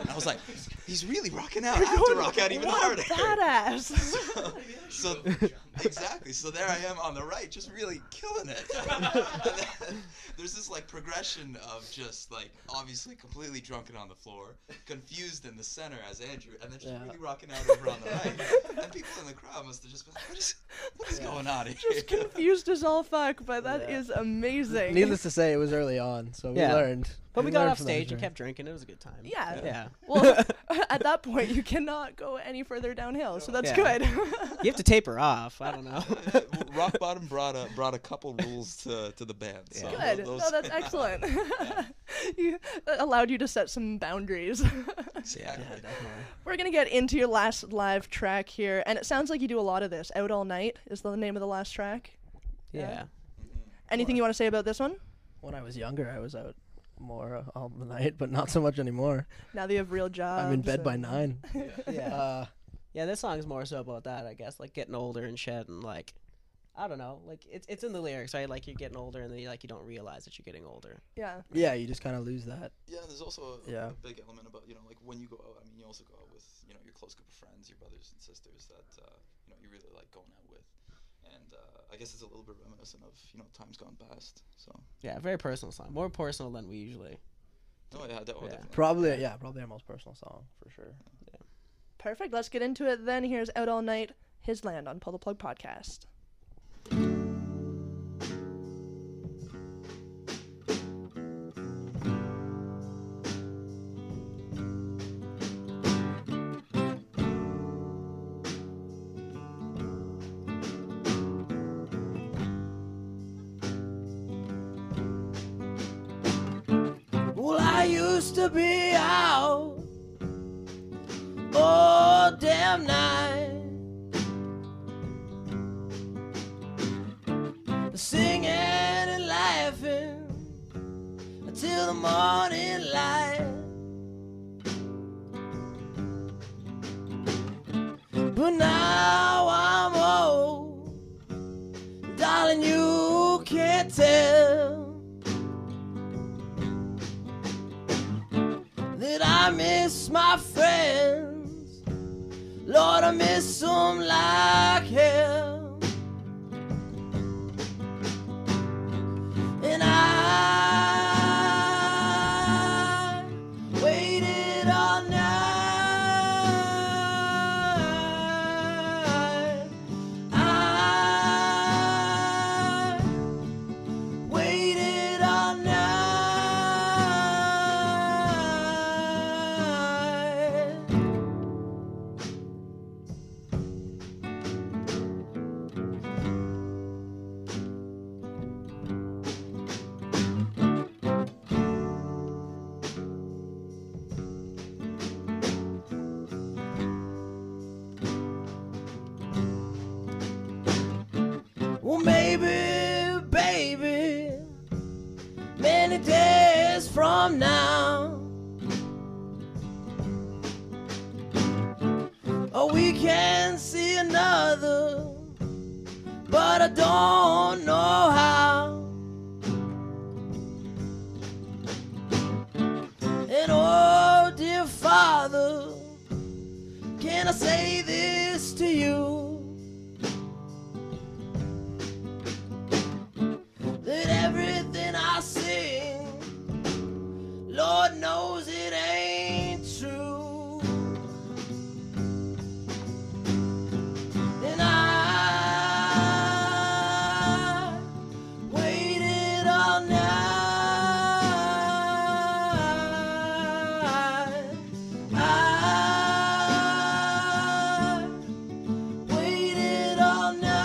And I was like, he's really rocking out. I have to rock out even harder.
Badass.
So exactly. So there I am on the right, just really killing it. And then There's this like progression of just like obviously completely drunken on the floor, confused in the center as Andrew, and then just
Yeah.
really rocking out over on the right. And people in the crowd must have just been like, "What is, what is going on here?"
Just confused as all fuck, but that is
Yeah.
amazing.
Needless to say, it was early on, so we
Yeah.
learned.
But we got
learned
off
from that,
stage
sure.
and kept drinking. It was a good time.
Yeah.
Yeah.
Well, at that point, you cannot go any further downhill, so that's
Yeah.
good.
You have to taper off. I don't know.
Well, Rock Bottom brought a brought a couple rules to, to the band. So
good.
those-
no, that's excellent. you, that allowed you to set some boundaries.
exactly.
We're gonna get into your last live track here, and it sounds like you do a lot of this. Out all night is the name of the last track.
yeah. Mm-hmm.
Anything you want to say about this one?
When I was younger, I was out more all the night, but not so much anymore.
Now that you have real jobs.
I'm in bed by
and-
nine.
Yeah.
Uh,
Yeah, this song's more so about that, I guess, like getting older and shit, and like, I don't know, like it's it's in the lyrics, right? Like you're getting older, and then you like you don't realize that you're getting older.
Yeah.
yeah, you just kind of lose that.
Yeah, there's also a,
Yeah.
a big element about you know like when you go out. I mean, you also go out with you know your close group of friends, your brothers and sisters that uh, you know you really like going out with, and uh, I guess it's a little bit reminiscent of you know times gone past. So
Yeah, very personal song, more personal than we usually.
oh yeah, de- oh,
Yeah.
definitely.
Probably, yeah, probably our most personal song for sure.
Perfect. Let's get into it then. Here's Out All Night, His Land on Pull the Plug Podcast.
Well, I used to be out all damn night singing and laughing until the morning light. But now I'm old, darling. You can't tell. that I miss my friends. Lord, I miss them like hell. And I waited all night. I waited all night. many days from now. Oh, we can see another, but I don't know how. And oh, dear Father, can I say this to you? that everything I sing, Lord knows it ain't true. And I waited all night. I waited all night.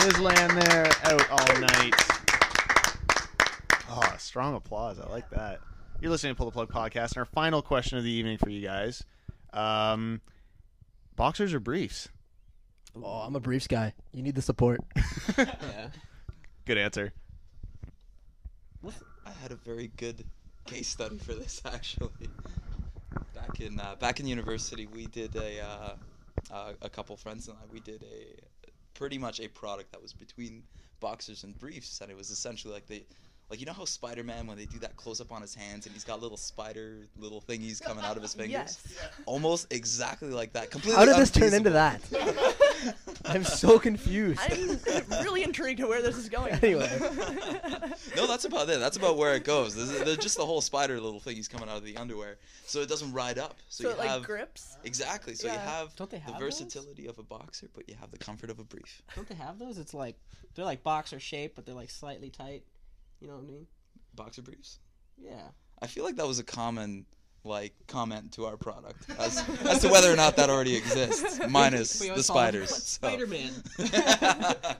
His land there out all night. Oh, strong applause. I like that. You're listening to Pull the Plug podcast, and our final question of the evening for you guys: um, boxers or briefs?
Oh, I'm a briefs guy. You need the support.
Good answer.
I had a very good case study for this actually. Back in uh, back in university, we did a uh, uh, a couple friends and I. We did a pretty much a product that was between boxers and briefs, and it was essentially like they. Like you know how Spider-Man when they do that close-up on his hands and he's got little spider little thingies coming out of his fingers, almost exactly like that. Completely.
How did this turn
unfeasible.
into that? I'm so confused.
I'm really intrigued to where this is going.
anyway,
No, that's about it. That's about where it goes. This is- They're just the whole spider little thing. He's coming out of the underwear, so it doesn't ride up. So,
So
you
it like
have
grips.
exactly. So you
Yeah.
have,
Don't they have
the
those?
versatility of a boxer, but you have the comfort of a brief.
Don't they have those? It's like they're like boxer shape, but they're like slightly tight. You know what I mean?
Boxer briefs.
Yeah.
I feel like that was a common like comment to our product as, as to whether or not that already exists, minus
We
the
always call him
spiders. so.
Spider Man.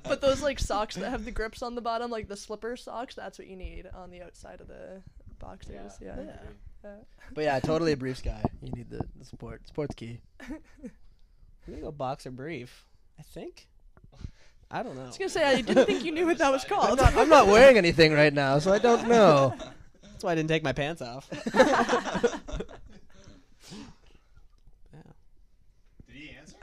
But those like socks that have the grips on the bottom, like the slipper socks, that's what you need on the outside of the boxers. Yeah.
but yeah, totally a briefs guy. You need the, the support. Support's key.
I'm gonna go boxer brief. I think. I don't know.
I was gonna say I didn't think you knew what that was
I'm
called.
not, I'm not wearing anything right now, so I don't know.
That's why I didn't take my pants off.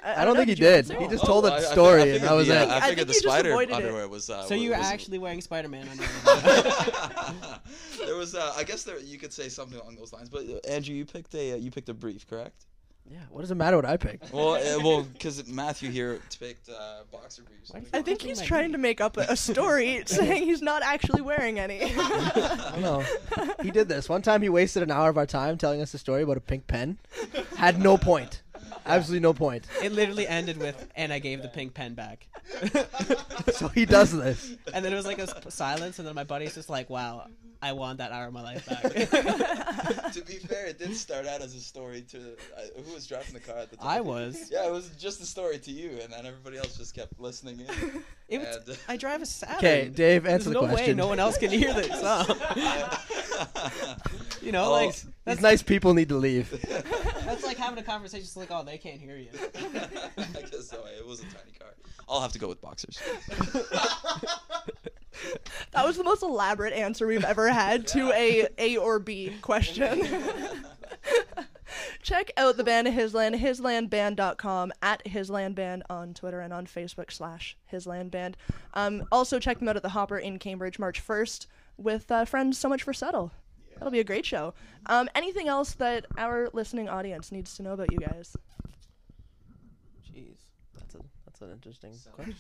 I don't think he did. He just
Oh,
told
I- I
a
fi- I
story,
figured
and that was
the, uh,
it.
I
think
figured
you
the
just
spider
avoided it.
underwear was. Uh,
so you were
was-
actually wearing Spider Man under
there was. Uh, I guess there you could say something along those lines. But uh, Andrew, you picked a uh, you picked a brief, correct?
Yeah, what does it matter what I pick?
Well, uh, well, because Matthew here picked uh, boxer briefs.
I think he's trying to make up a, a story saying he's not actually wearing any.
I don't know. He did this one time. He wasted an hour of our time telling us a story about a pink pen. Had no point. Absolutely no point.
It literally ended with, and I gave the pink pen back.
So he does this.
And then it was like a s- silence, and then my buddy's just like, wow, I want that hour of my life back.
to be fair, it did start out as a story to uh, who was driving the car at the time.
I was.
Yeah, it was just a story to you, and then everybody else just kept listening in.
It was
And-
I drive a Saturn.
Okay, Dave,
There's
answer
no
the
way
question.
no one else can hear this. song. you know,
Oh.
like
These
that's,
nice people need to leave.
that's like having a conversation. It's like, oh, they can't hear you.
I guess so. It was a tiny car. I'll have to go with boxers.
that was the most elaborate answer we've ever had to a A or B question. Check out the band of Hisland, hislandband.com, at hislandband on Twitter and on Facebook slash hislandband. Um, also, check them out at the Hopper in Cambridge March 1st with uh, friends So Much for Subtle. That'll be a great show. Um, anything else that our listening audience needs to know about you guys?
Jeez,
That's a, That's an interesting question.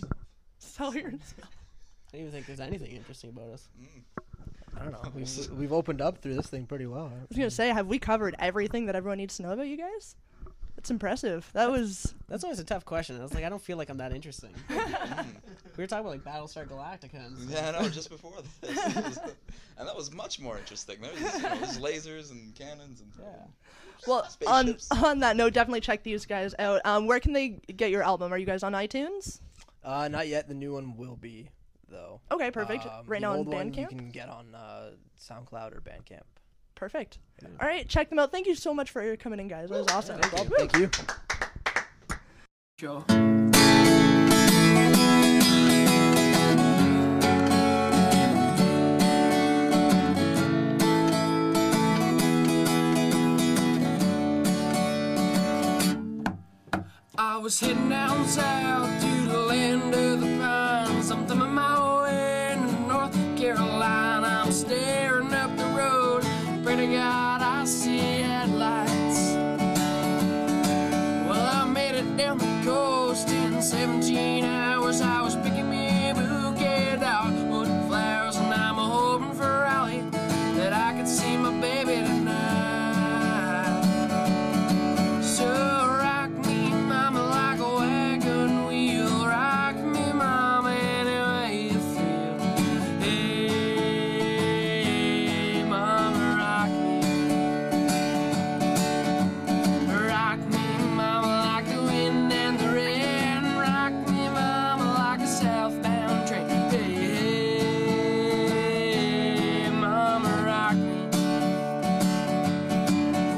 Sell yourself.
I don't even think there's anything interesting about us.
Mm.
I don't know. We've, we've opened up through this thing pretty well.
I was gonna say, have we covered everything that everyone needs to know about you guys? That's impressive. That was
That's always a tough question. I was like, I don't feel like I'm that interesting. we were talking about like Battlestar Galactica. And stuff.
Mm. Yeah, I know. Just before this, and that was much more interesting. There was, you know, there's lasers and cannons and
Yeah.
well. On
Spaceships.
on that note, definitely check these guys out. Um, where can they get your album? Are you guys on iTunes?
Uh, not yet. The new one will be though.
Okay, perfect.
Um,
right
the
now on
old one
Bandcamp.
you can get on uh, SoundCloud or Bandcamp.
Perfect. All right, check them out. Thank you so much for coming in, guys. That was awesome.
Thank you.
I was heading down south to the land of the pines. I'm thumbing my way into North Carolina. I'm staring up the road. Pray to God I see headlights. Well, I made it down the coast in 17 hours. I was picking me a bouquet of dogwood flowers, and I'm hoping for a rally that I could see my baby tonight. So rock me, mama, like a wagon wheel. Rock me, mama, any way you feel. Hey, mama, rock me. Rock me, mama, like the wind and the rain. Rock me, mama, like a southbound train. Hey, hey mama, rock me.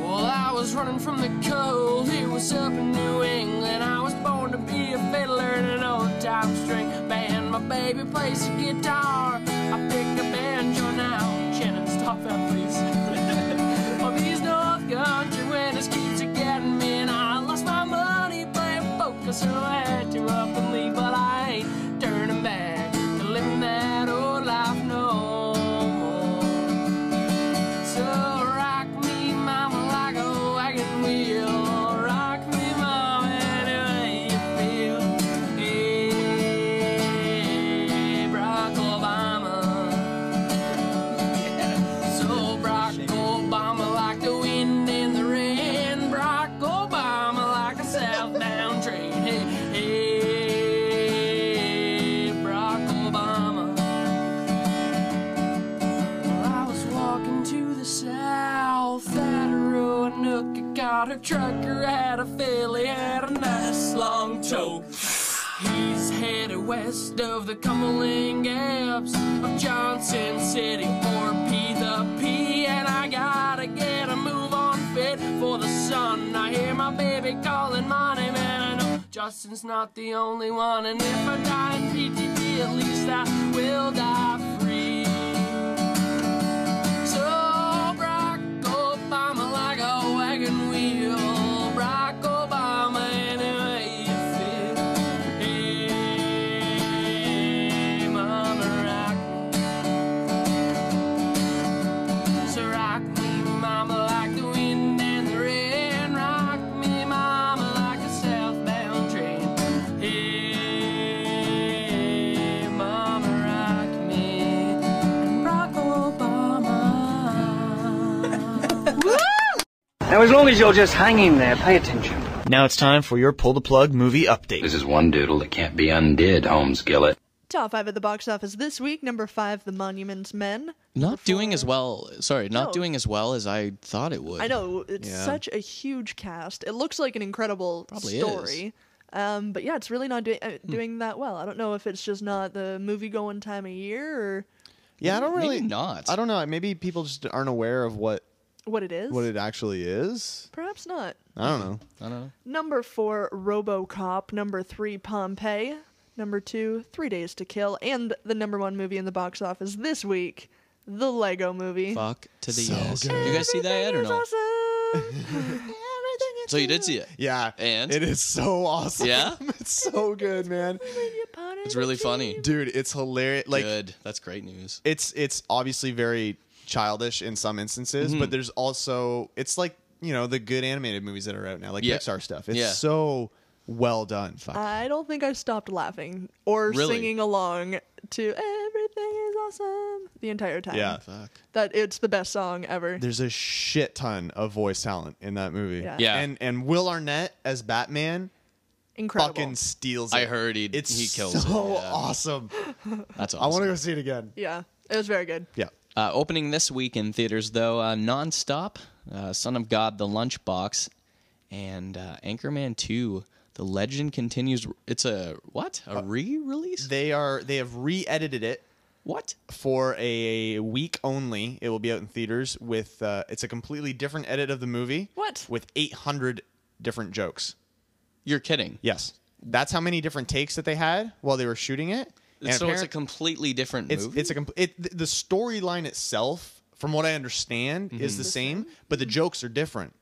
Well, I was running from the cold. It was up in New England. I was born to be a fiddler in an old time string band. My baby plays the guitar. I picked a banjo now. Shannon, stop that, please. Well, these North Country winters keeps you getting me, and I lost my money playing poker, so I had to up and leave. But I ain't turning back to living that old life no more. So rock me, mama, like a wagon wheel. Rock me, mama, any way you feel. Hey, Barack Obama. So Barack Obama, like the wind in the rain. Barack Obama, like a southbound train. Hey, hey, Barack Obama. Well, I was walking to the south at Roanoke. I got a trucker, had a filly, had a nice long choke. He's headed west of the Cumberland Gaps of Johnson City for P the P. And I gotta get a move on fit for the sun. I hear my baby calling my name, and I know Justin's not the only one. And if I die in PTP, at least I will die free. So Barack Obama like a wagon wheel. Barack Obama any way you feel. Hey, mama, rock me. So rock me, mama, like the wind and the rain. Rock me, mama, like a southbound train. Hey, mama, rock me. Barack Obama.
Now, as long as you're just hanging there, pay attention.
Now it's time for your pull the plug movie update.
This is one doodle that can't be undid, Holmes Gillett.
Top five at the box office this week. Number five, The Monuments Men.
Not doing as well. Sorry, not
No.
doing as well as I thought it would.
I know it's such a huge cast. It looks like an incredible
Probably
story. Um, but yeah, it's really not doing uh, doing that well. I don't know if it's just not the movie going time of year or
Yeah, I don't
Maybe
really.
not.
I don't know. Maybe people just aren't aware of what
what it is.
what it actually is.
Perhaps not.
I don't know.
I don't know.
Number four, RoboCop. Number three, Pompeii. Number two, Three Days to Kill, and the number one movie in the box office this week, The Lego Movie.
Fuck to the yes. You guys see that yet or
It's
not?
awesome.
So you did see it.
Yeah,
And?
it is so awesome.
Yeah?
it's so good, man.
It's really funny.
Dude, it's hilarious. Like
Good. That's great news.
it's it's obviously very childish in some instances,
Mm-hmm.
but there's also it's like you know the good animated movies that are out now, like
Yeah.
Pixar stuff. It's
Yeah.
so Well done. Fuck.
I don't think I stopped laughing or
Really?
singing along to "Everything Is Awesome" the entire time.
Yeah. Fuck.
that it's the best song ever.
There's a shit ton of voice talent in that movie.
Yeah.
Yeah.
And and Will Arnett as Batman
Incredible.
fucking steals it.
I heard he
it's
he kills it.
so
yeah.
awesome.
That's
I want
awesome.
to go see it again.
Yeah, it was very good.
Yeah.
Uh, opening this week in theaters, though, uh, nonstop, uh, Son of God, The Lunchbox, and uh, Anchorman 2, The Legend Continues. It's a, what?
Uh,
A re-release?
They are they have re-edited it
What?
for a week only. It will be out in theaters with uh, it's a completely different edit of the movie.
What?
With 800 different jokes.
You're kidding.
Yes. That's how many different takes that they had while they were shooting it. And
so it's a
apparent-
completely different
it's
movie?
it's a compl- it, th- the storyline itself from what i understand is the same but the
Mm-hmm.
jokes are different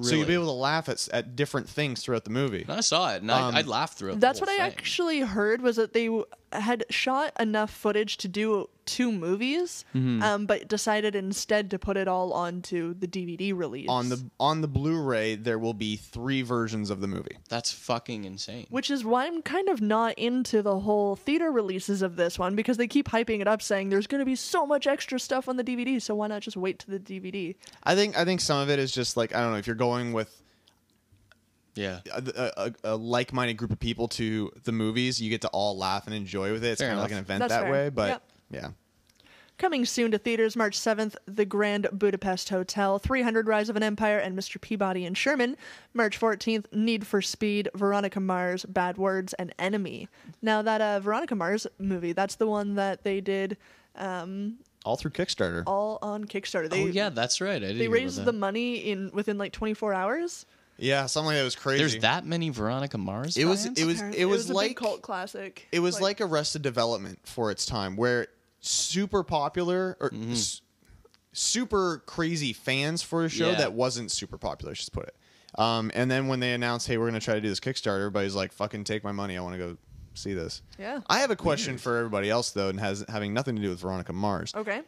so you'll be
Mm-hmm. Really?
able to laugh at, s- at different things throughout the movie
I saw it, and
Um,
I, I laughed through it.
That's what I actually heard was that they w- had shot enough footage to do two movies,
Mhm.
um, but decided instead to put it all onto the DVD release.
on the on the blu-ray there will be three versions of the movie
that's fucking insane
which is why I'm kind of not into the whole theater releases of this one because they keep hyping it up, saying there's going to be so much extra stuff on the DVD, so why not just wait to the DVD?
i think i think some of it is just like i don't know if you're going with
yeah
a, a, a like-minded group of people to the movies you get to all laugh and enjoy with it it's
Fair
kind of like an
enough.
event
That's
that
fair.
way but
Yep.
yeah
Coming soon to theaters March 7th, The Grand Budapest Hotel, 300 Rise of an Empire, and Mr. Peabody and Sherman. March 14th, Need for Speed, Veronica Mars, Bad Words, and Enemy. Now, that uh, Veronica Mars movie, that's the one that they did um,
all through kickstarter
all on Kickstarter. They,
oh, yeah, that's right. I didn't
They
even know
raised
that.
the money in within like 24 hours.
yeah something that was crazy
There's that many Veronica Mars
It was-
fans?
it was-
Apparently.
was
a big
like-
cult classic.
It was like, Arrested Development for its time, where super popular or s- super crazy fans for a show
Yeah.
that wasn't super popular. Let's just put it. Um, and then when they announced, "Hey, we're going to try to do this Kickstarter," everybody's like, "Fucking take my money! I want to go see this."
Yeah.
I have a question for everybody else though, and has having nothing to do with Veronica Mars.
Okay.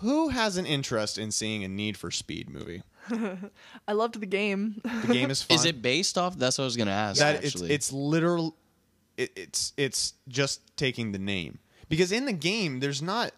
Who has an interest in seeing a Need for Speed movie?
I loved the game.
The game is fun.
Is it based off? That's what I was going to ask,
that it's,
actually.
it's literal it, it's it's just taking the name because in the game there's not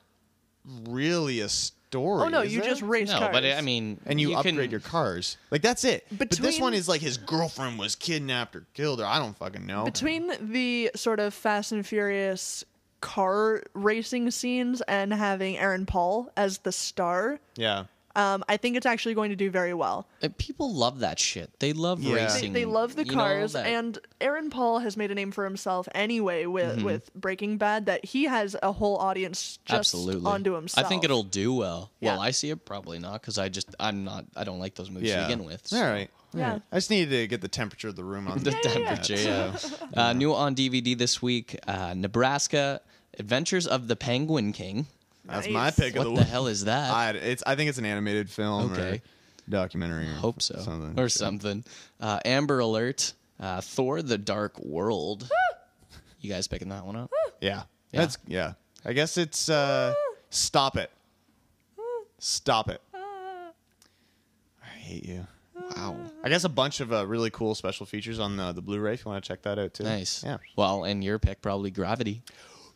really a story
Oh no,
is
you
there?
just race
no,
cars.
but I mean,
and you,
can-
upgrade your cars like that's it but this
Between-
one is like his girlfriend was kidnapped or killed or i don't fucking know
between the sort of Fast and Furious car racing scenes and having Aaron Paul as the star,
yeah
um, I think it's actually going to do very well.
Uh, People love that shit. They love
Yeah. They-
racing.
They love the
you know,
cars,
that-
and Aaron Paul has made a name for himself anyway with
Mm-hmm.
with Breaking Bad. That he has a whole audience just
absolutely
onto himself.
I think it'll do well.
Yeah.
Well, I see it probably not because I just I'm not I don't like those movies
yeah
to begin with.
all right all
Yeah.
right. i just needed to get the temperature of the room on
the
that,
temperature. Yeah.
so-
Uh, new on DVD this week: uh, Nebraska Adventures of the Penguin King.
that's
Nice.
my pick
What
of the
the,
week.
hell is that?
I, it's, I think it's an animated film
Okay.
or documentary or
Hope so,
something
or something. Uh, Amber Alert, uh, Thor: The Dark World. you guys picking that one up?
Yeah. That's yeah. I guess it's uh stop it. Stop it. I hate you.
Wow.
I guess a bunch of uh, really cool special features on the, the Blu-ray if you want to check that out too.
Nice.
Yeah.
Well, and your pick probably Gravity.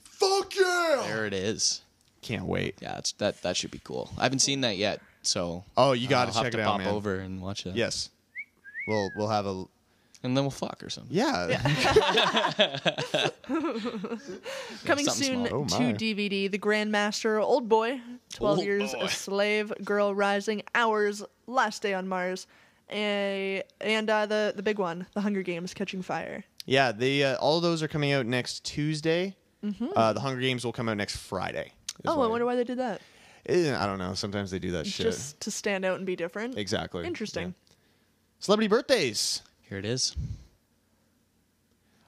Fuck yeah.
There it is.
Can't wait.
Yeah, it's, that that should be cool. I haven't seen that yet, so
Oh, you
I'll
got to
have
check
to
it out,
pop
man.
over and watch that.
Yes. We'll we'll have a
and then we'll fuck or something.
yeah.
Coming
something
soon
small.
Oh,
to
my.
DVD, The Grandmaster, Old Boy, 12
Old
Years
Boy.
a Slave, Girl Rising, Hours, Last Day on Mars, a, and uh, the, the big one, The Hunger Games, Catching Fire.
Yeah, the uh, all those are coming out next Tuesday.
Hmm.
Uh, the Hunger Games will come out next Friday. is
Mm-hmm. oh,
what
I wonder why they did that.
Eh, I don't know. Sometimes they do that shit.
Just to stand out and be different.
Exactly.
Interesting.
Celebrity birthdays.
Here it is.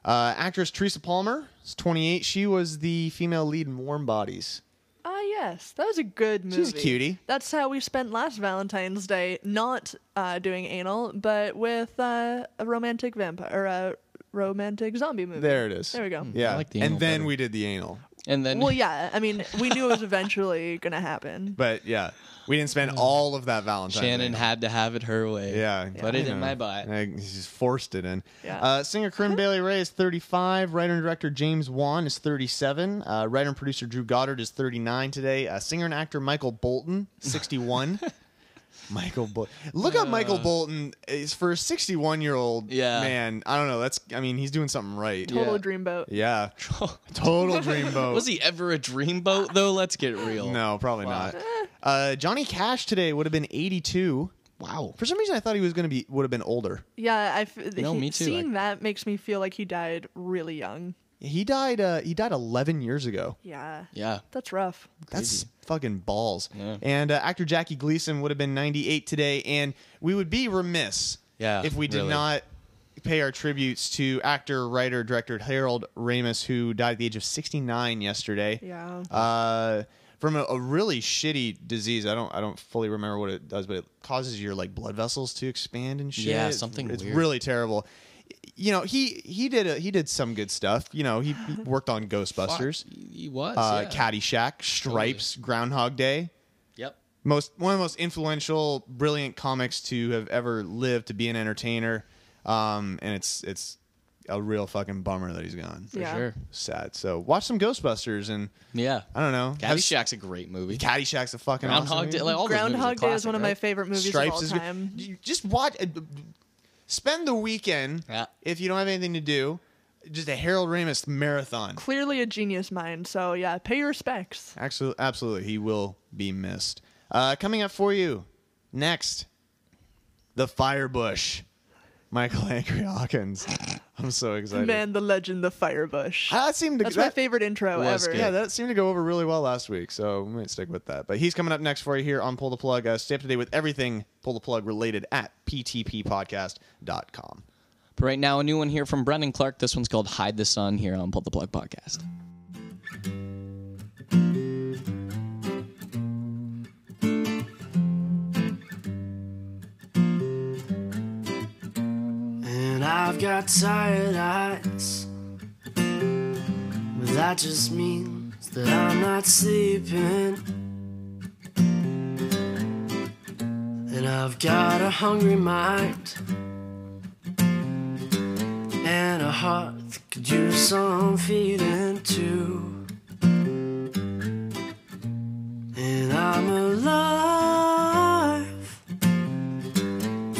Uh, actress Teresa Palmer is 28. She was the female lead in Warm Bodies.
Ah, yes. That was a good movie.
She's a cutie.
That's how we spent last Valentine's Day, not uh, doing anal, but with uh, a romantic vampire, or a romantic zombie movie.
There it is.
There we go.
Yeah.
like the
and
anal
then
better.
we did the anal.
And then
Well, yeah. I mean, we knew it was eventually gonna happen.
But yeah, we didn't spend all of that Valentine's
Shannon
Day.
had to have it her way.
Yeah.
Put it
you
in
know,
my butt.
I, he just forced it in.
Yeah.
Uh, singer Corinne Bailey Ray is 35. Writer and director James Wan is 37. Uh, writer and producer Drew Goddard is 39 today. Uh, singer and actor Michael Bolton, 61. Michael Bolton. Look up Michael Bolton. Is for Um, a 61 year old
Uh. Yeah.
man. I don't know. That's. I mean, he's doing something right.
Total
Yeah.
dreamboat.
Yeah. Total dreamboat.
Was he ever a dreamboat though? Let's get real.
No, probably not.
Eh.
Uh, Johnny Cash today would have been 82.
Wow.
For some reason, I thought he was going to be would have been older.
Yeah, I. F-
No,
he-
me too.
Seeing that makes me feel like he died really young.
He died. Uh, he died 11 years ago.
Yeah,
Yeah.
that's rough.
That's fucking balls.
Yeah.
And uh, actor Jackie Gleason would have been 98 today, and we would be remiss
Yeah,
if we did
really.
not pay our tributes to actor, writer, director Harold Ramis, who died at the age of 69 yesterday.
Yeah.
Uh, from a, a really shitty disease. I don't. I don't fully remember what it does, but it causes your like blood vessels to expand and shit.
Yeah,
It's-
something
It's
weird.
really terrible. You know, he he did a, he did some good stuff. You know, he he worked on Ghostbusters
He was.
uh,
yeah.
Caddyshack, Stripes, Groundhog Day.
Yep.
Most one of the most influential, brilliant comics to have ever lived to be an entertainer. Um, and it's it's a real fucking bummer that he's gone.
For
Yeah.
sure.
Sad. So watch some Ghostbusters and
Yeah.
I don't know. have-
Caddyshack's a great movie.
Caddyshack's a fucking awesome
Groundhog
movie.
Day. Like all those movies are
Groundhog Day is
classic,
one of my
right?
favorite movies of all
Stripes is
time.
good. You just watch. uh, Spend the weekend
Yeah.
if you don't have anything to do. Just a Harold Ramis marathon.
Clearly a genius mind. So yeah, pay your respects.
Absolutely, absolutely, he will be missed. Uh, coming up for you next, the Firebush, Michael Angry Hawkins. I'm so excited.
Man, the legend, the firebush.
that seemed to
That's
that,
my favorite intro
was
ever.
good.
Yeah, that seemed to go over really well last week, so we might stick with that. But he's coming up next for you here on Pull the Plug. Uh, stay up to date with everything Pull the Plug related at ptppodcast.com.
But right now, a new one here from Brendan Clark. This one's called Hide the Sun here on Pull the Plug Podcast.
And I've got tired eyes. But that just means that I'm not sleeping. And I've got a hungry mind. And a heart that could use some feeding too. And I'm alive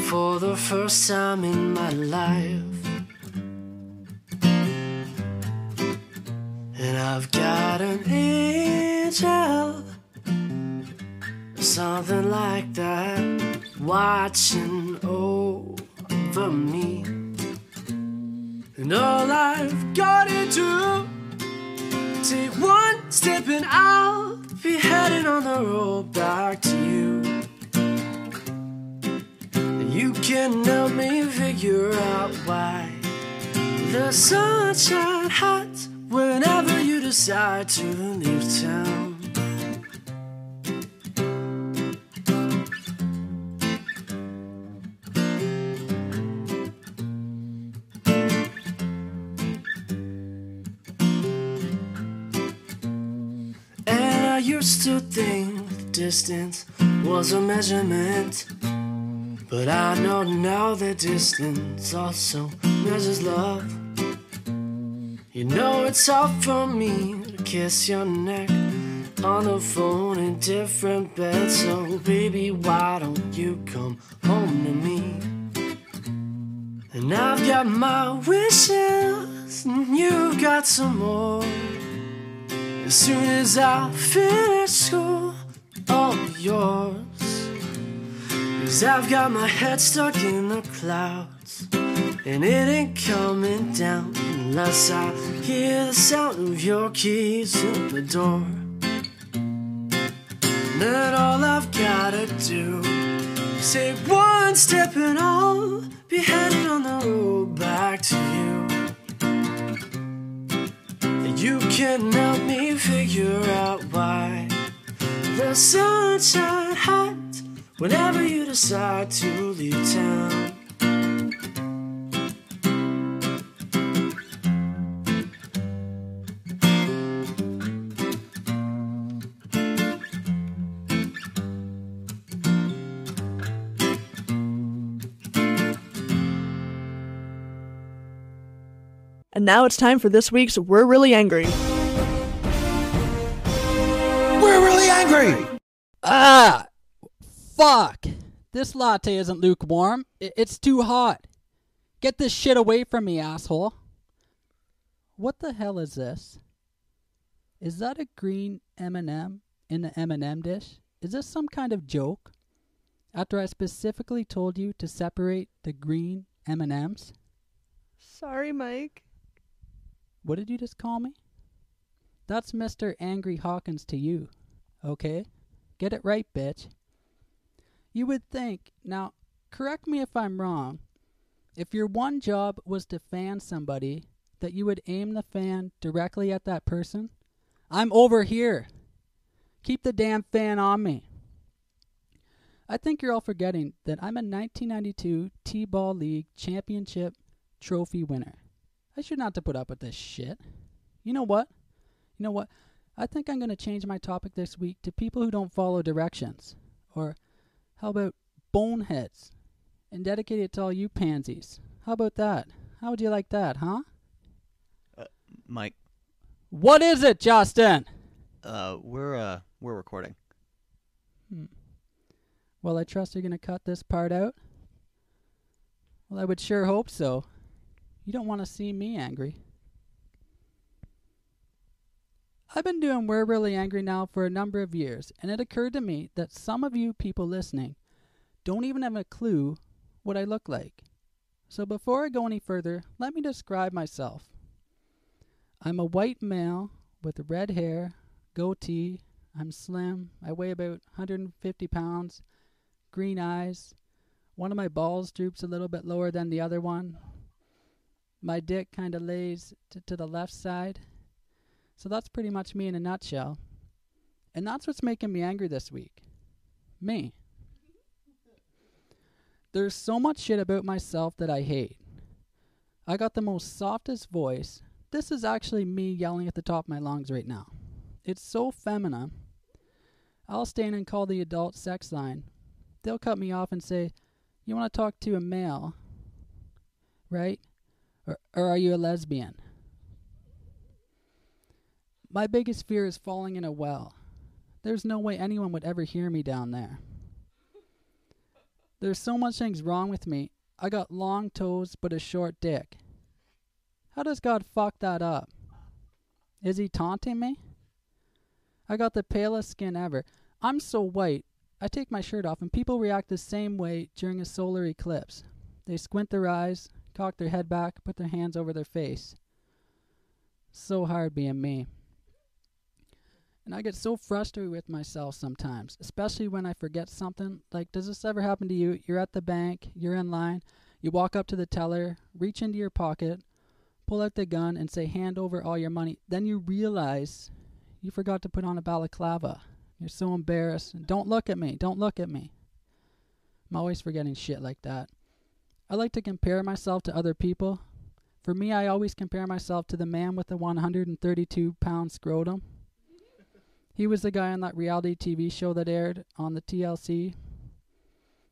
for the first time in my life. And I've got an angel, something like that, watching over me. And all I've got to do, take one step and I'll be heading on the road back to you. You can help me figure out why the sunshine hot whenever you decide to leave town. And I used to think distance was a measurement. But I know now that distance also measures love. You know it's hard for me to kiss your neck on the phone in different beds. So baby, why don't you come home to me? And I've got my wishes, and you've got some more. As soon as I finish school, all yours. Cause I've got my head stuck in the clouds. And it ain't coming down unless I hear the sound of your keys in the door. And then all I've gotta do is take one step and I'll be headed on the road back to you. And you can help me figure out why the sunshine hot whenever you decide to leave town.
And now it's time for this week's We're Really Angry.
We're really angry. Ah, fuck! This latte isn't lukewarm. I- It's too hot. Get this shit away from me, asshole. What the hell is this? Is that a green M&M in the M&M dish? Is this some kind of joke? After I specifically told you to separate the green M&Ms?
Sorry, Mike.
What did you just call me? That's Mr. Angry Hawkins to you. Okay? Get it right, bitch. You would think, now, correct me if I'm wrong, if your one job was to fan somebody, that you would aim the fan directly at that person? I'm over here. Keep the damn fan on me. I think you're all forgetting that I'm a 1992 T Ball League Championship trophy winner. I should not have to put up with this shit. You know what? You know what? I think I'm going to change my topic this week to people who don't follow directions. Or how about boneheads? And dedicate it to all you pansies. How about that? How would you like that, huh?
Mike,
What is it, Justin?
uh, we're uh, we're recording.
Hmm. Well, I trust you're going to cut this part out. Well, I would sure hope so. You don't want to see me angry. I've been doing We're Really Angry now for a number of years, and it occurred to me that some of you people listening don't even have a clue what I look like. So before I go any further, let me describe myself. I'm a white male with red hair, goatee. I'm slim. I weigh about 150 pounds. Green eyes. One of my balls droops a little bit lower than the other one. My dick kind of lays t- to the left side. So that's pretty much me in a nutshell. And that's what's making me angry this week. Me. There's so much shit about myself that I hate. I got the most softest voice. This is actually me yelling at the top of my lungs right now. It's so feminine. I'll stand and call the adult sex line. They'll cut me off and say, You want to talk to a male, right? Or, or are you a lesbian? My biggest fear is falling in a well. There's no way anyone would ever hear me down there. There's so much things wrong with me. I got long toes but a short dick. How does God fuck that up? Is he taunting me? I got the palest skin ever. I'm so white, I take my shirt off and people react the same way during a solar eclipse. They squint their eyes, cock their head back, put their hands over their face. So hard being me. And I get so frustrated with myself sometimes, especially when I forget something. Like, does this ever happen to you? You're at the bank, you're in line, you walk up to the teller, reach into your pocket, pull out the gun, and say, hand over all your money. Then you realize you forgot to put on a balaclava. You're so embarrassed. Don't look at me. Don't look at me. I'm always forgetting shit like that. I like to compare myself to other people. For me, I always compare myself to the man with the 132 pound scrotum. He was the guy on that reality TV show that aired on the TLC.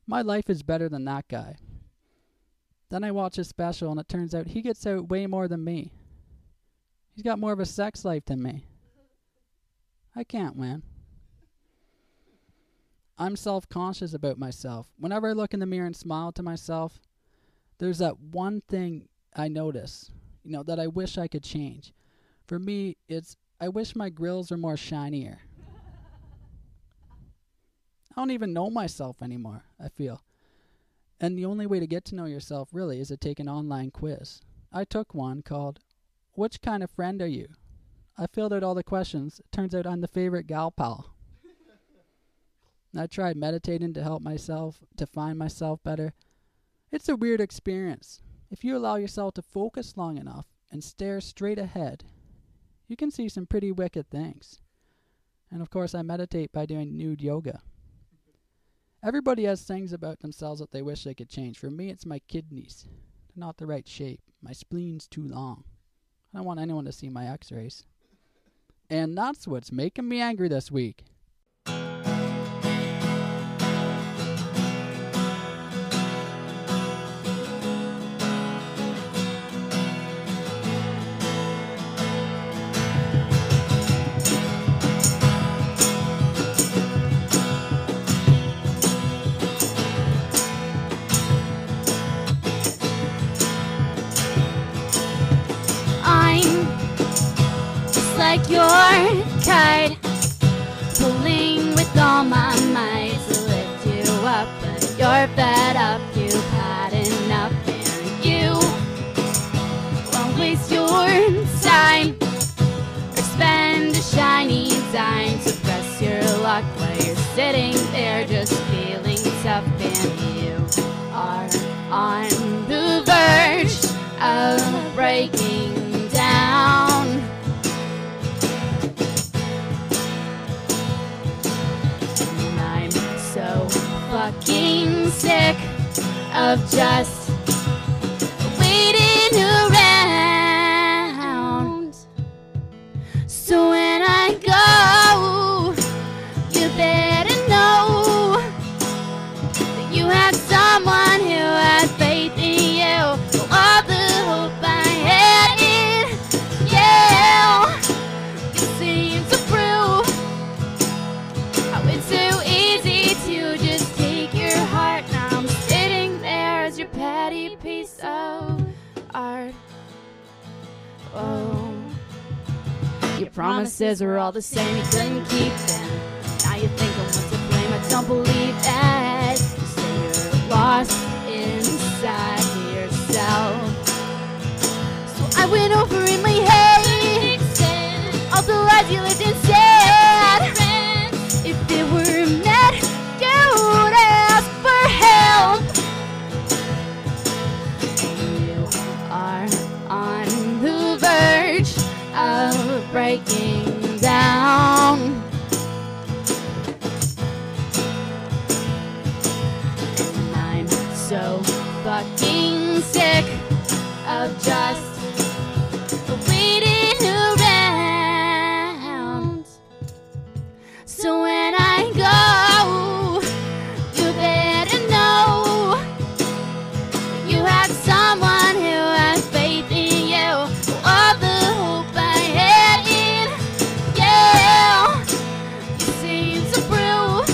My life is better than that guy. Then I watch his special, and it turns out he gets out way more than me. He's got more of a sex life than me. I can't win. I'm self conscious about myself. Whenever I look in the mirror and smile to myself, there's that one thing I notice, you know, that I wish I could change. For me, it's I wish my grills are more shinier. I don't even know myself anymore, I feel. And the only way to get to know yourself really is to take an online quiz. I took one called Which Kind of Friend Are You? I filled out all the questions. Turns out I'm the favorite gal pal. And I tried meditating to help myself, to find myself better. It's a weird experience. If you allow yourself to focus long enough and stare straight ahead, you can see some pretty wicked things. And of course, I meditate by doing nude yoga. Everybody has things about themselves that they wish they could change. For me, it's my kidneys. They're not the right shape. My spleen's too long. I don't want anyone to see my x rays. And that's what's making me angry this week.
heart tied, pulling with all my might to lift you up, but you're fed up, you've had enough, and you won't waste your time or spend a shiny dime to press your luck while you're sitting there just feeling tough, and you are on the verge of breaking down. And I'm so fucking sick of just waiting around. So when I go, you better know that you had someone who had faith in you. So all the hope I had in you, you seem to prove how it's so easy to just take your heart. Now I'm sitting there as your petty piece of art. Oh, your promises are all the same. You couldn't keep them. Now you think I'm what's to blame. I don't believe that. You say you're lost inside yourself. So I went over in my head. All the lies you lived and said. If it were met, you would ask for help. are on the verge of breaking down. And I'm so fucking sick of just waiting around. So when I go, you better know you had someone who had faith in you. All the hope I had in you. You seem to prove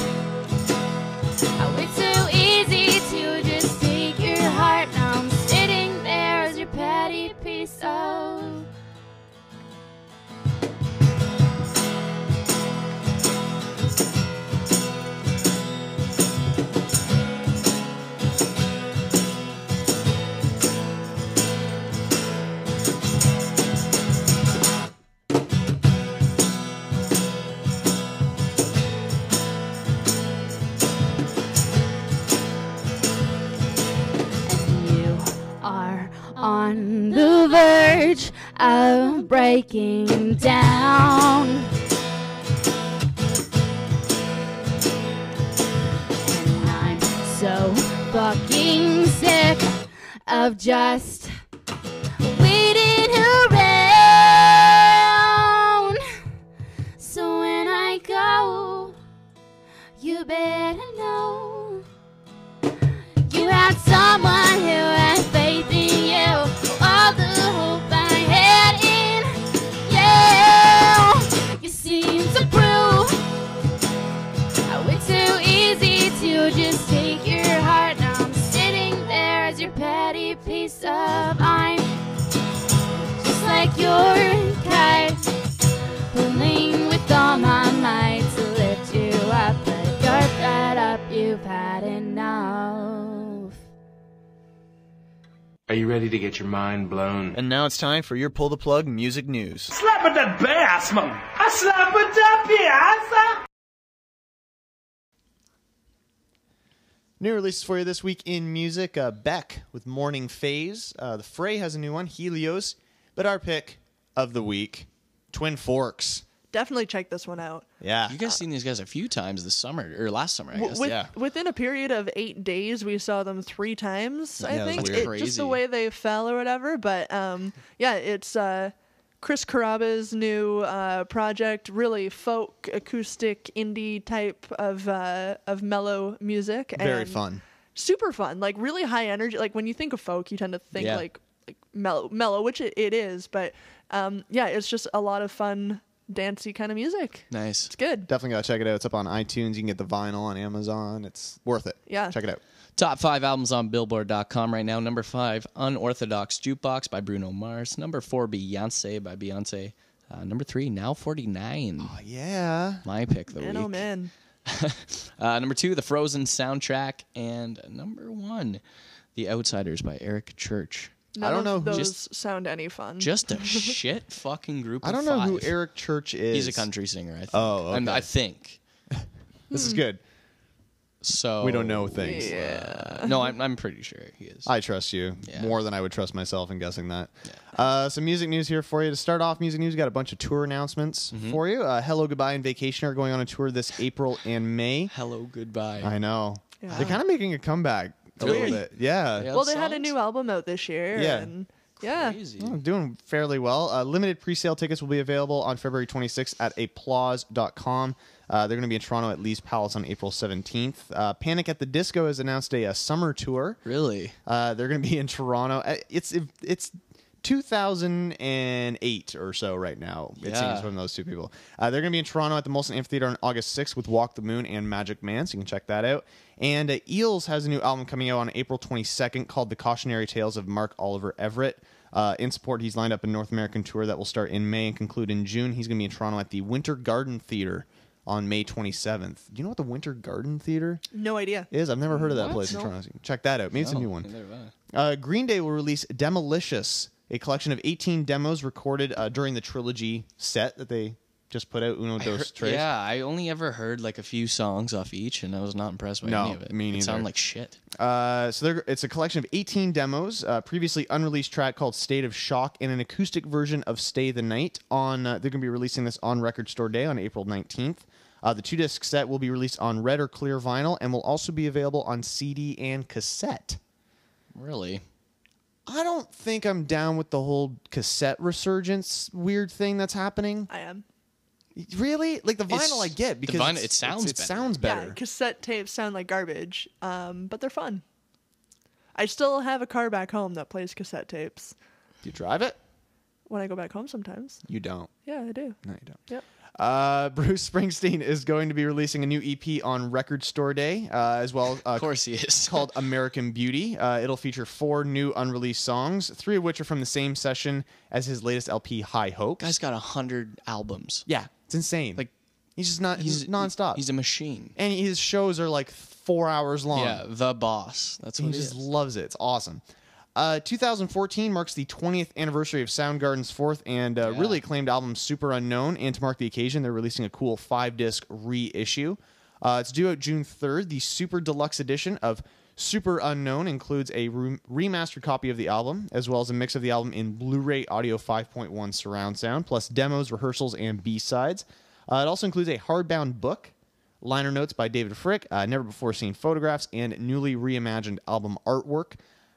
how it's too easy to just take your heart. Now I'm sitting there as your petty piece of. are on the verge of breaking down. And I'm so fucking sick of just waiting around. So when I go, you better know. You had someone who had faith in you. All the hope I had in you. You seem to prove how it's too easy to just take your heart. Now I'm sitting there as your petty piece of I'm just like your kite, pulling with all my might to lift you up, but you're fed up. You've had enough.
Are you ready to get your mind blown?
And now it's time for your pull the plug music news.
Slap at that bass, man! I slap at that bass!
New releases for you this week in music uh, Beck with Morning Phase. Uh, the Fray has a new one, Helios. But our pick of the week, Twin Forks.
Definitely check this one out.
Yeah.
You guys seen these guys a few times this summer or last summer, I
W-
guess.
with- Within a period of eight days, we saw them three times. I
Yeah, that's weird.
think It- just the
Crazy.
way they fell or whatever. But um, yeah, it's uh, Chris Caraba's new uh, project. Really folk, acoustic, indie type of uh, of mellow music.
Very
and
fun.
Super fun. Like really high energy. Like when you think of folk, you tend to think
Yeah.
like like mellow, mellow, which it, it is. But um, yeah, it's just a lot of fun, dancey kind of music.
Nice. It's
good.
Definitely gotta check it out. It's up on iTunes. You can get the vinyl on Amazon. It's worth it.
Yeah.
Check it out.
Top five albums on Billboard.com right now. Number five, Unorthodox Jukebox by Bruno Mars. Number four, Beyonce by Beyonce. Uh, number three, now forty nine. Oh
yeah,
my pick of the
Man,
week.
oh man.
Uh, number two, the Frozen soundtrack, and number one, The Outsiders by Eric Church.
None of Those
Just,
sound any fun.
just a shit fucking group.
I
of
don't know who
five.
Eric Church is.
He's a country singer, I think.
Oh,
I'm-
okay.
I think.
This is good.
So
We don't know things.
Yeah. No, I'm I'm pretty sure he is.
I trust you more than I would trust myself in guessing that. Uh, some music news here for you. To start off, music news we got a bunch of tour announcements
Mm-hmm.
for you. Uh, Hello, Goodbye, and Vacation are going on a tour this April and May.
Hello, Goodbye.
I know.
Yeah.
They're kind of making a comeback a
Really?
little bit. Yeah.
well, they had a new album out this year.
Yeah.
And, yeah.
Oh, doing fairly well. Uh, limited pre-sale tickets will be available on February 26th at applause.com. Uh, they're going to be in Toronto at Lee's Palace on April 17th. Uh, Panic at the Disco has announced a, uh summer tour.
Really?
Uh, they're going to be in Toronto. Uh, It's it's 2008 or so right now. It
Yeah.
seems from those two people. Uh, they're going to be in Toronto at the Molson Amphitheater on August 6th with Walk the Moon and Magic Man, so you can check that out. And uh, Eels has a new album coming out on April 22nd called The Cautionary Tales of Mark Oliver Everett. Uh, in support, he's lined up a North American tour that will start in May and conclude in June. He's going to be in Toronto at the Winter Garden Theater on May 27th. Do you know what the Winter Garden Theater
No idea.
is? I've never heard of that
What?
place in
No. Oh,
Toronto. Check that out. Maybe it's a
No,
new one.
neither have I.
Uh, Green Day will release Demolicious, a collection of 18 demos recorded uh, during the trilogy set that they just put out, Uno Dos Tres.
Yeah, I only ever heard like a few songs off each, and I was not impressed by
No,
any of it.
me
It sounded
neither.
like shit.
Uh, so they're- it's a collection of 18 demos, uh, previously unreleased track called State of Shock, and an acoustic version of Stay the Night. On uh, They're going to be releasing this on Record Store Day on April 19th. Uh, the two disc set will be released on red or clear vinyl and will also be available on CD and cassette.
Really?
I don't think I'm down with the whole cassette resurgence weird thing that's happening.
I am.
Really? Like the vinyl
It's-
I get
the
because
vinyl-
it's-
it sounds
it's- it
better.
sounds
Yeah,
better.
cassette tapes sound like garbage, um, but they're fun. I still have a car back home that plays cassette tapes
Do you drive it?
when I go back home sometimes.
You don't.
Yeah, I do.
No, you don't.
Yep.
Uh, Bruce Springsteen is going to be releasing a new EP on Record Store Day, uh, as well. Uh, of
course, he is.
called American Beauty. Uh, it'll feature four new unreleased songs, three of which are from the same session as his latest LP, High Hope.
Guy's got a hundred albums.
Yeah, it's insane. Like he's just not he's,
he's-
nonstop.
He's a machine.
and his shows are like four hours long.
Yeah, the boss. That's
he
what it
just
is.
loves it. It's awesome. Uh, 2014 marks the 20th anniversary of Soundgarden's fourth and uh, really acclaimed album Super Unknown, and to mark the occasion, they're releasing a cool five disc reissue. Uh, it's due out June 3rd. The super deluxe edition of Super Unknown includes a re- remastered copy of the album, as well as a mix of the album in Blu ray audio 5.1 surround sound, plus demos, rehearsals, and B sides. Uh, it also includes a hardbound book liner notes by David Frick, uh, never before seen photographs, and newly reimagined album artwork.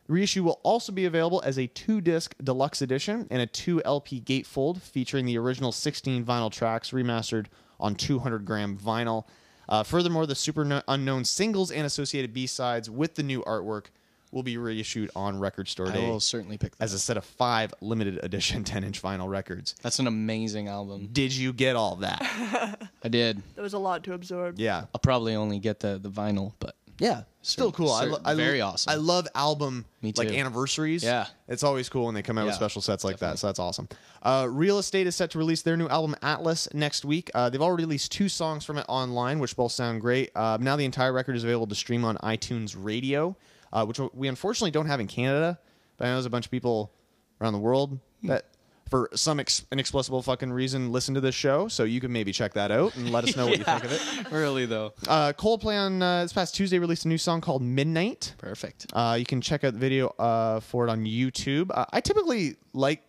Reissue will also be available as a two disc deluxe edition and a two LP gatefold featuring the original 16 vinyl tracks remastered on 200 gram vinyl. Uh, furthermore, the Super No- Unknown singles and associated B sides with the new artwork will be reissued on Record Store
I
Day
will certainly pick that.
as a set of five limited edition 10 inch vinyl records.
That's an amazing album.
Did you get all that?
I did.
There was a lot to absorb.
Yeah.
I'll probably only get the the vinyl, but
Yeah, still
Certain-
cool. I, lo-
certain-
I lo-
very awesome.
I love album
Me
like
too.
anniversaries.
Yeah.
it's always cool when they come out with
Yeah,
special sets like that. So that's awesome. Uh, Real Estate is set to release their new album Atlas next week. Uh, they've already released two songs from it online, which both sound great. Uh, now the entire record is available to stream on iTunes Radio, uh, which we unfortunately don't have in Canada. But I know there's a bunch of people around the world
Hmm.
that. For some ex- inexplicable fucking reason, listen to this show, so you can maybe check that out and let us know what you think of it.
really though.
Uh, Coldplay on uh, this past Tuesday released a new song called Midnight.
Perfect.
Uh, you can check out the video uh, for it on YouTube. Uh, I typically like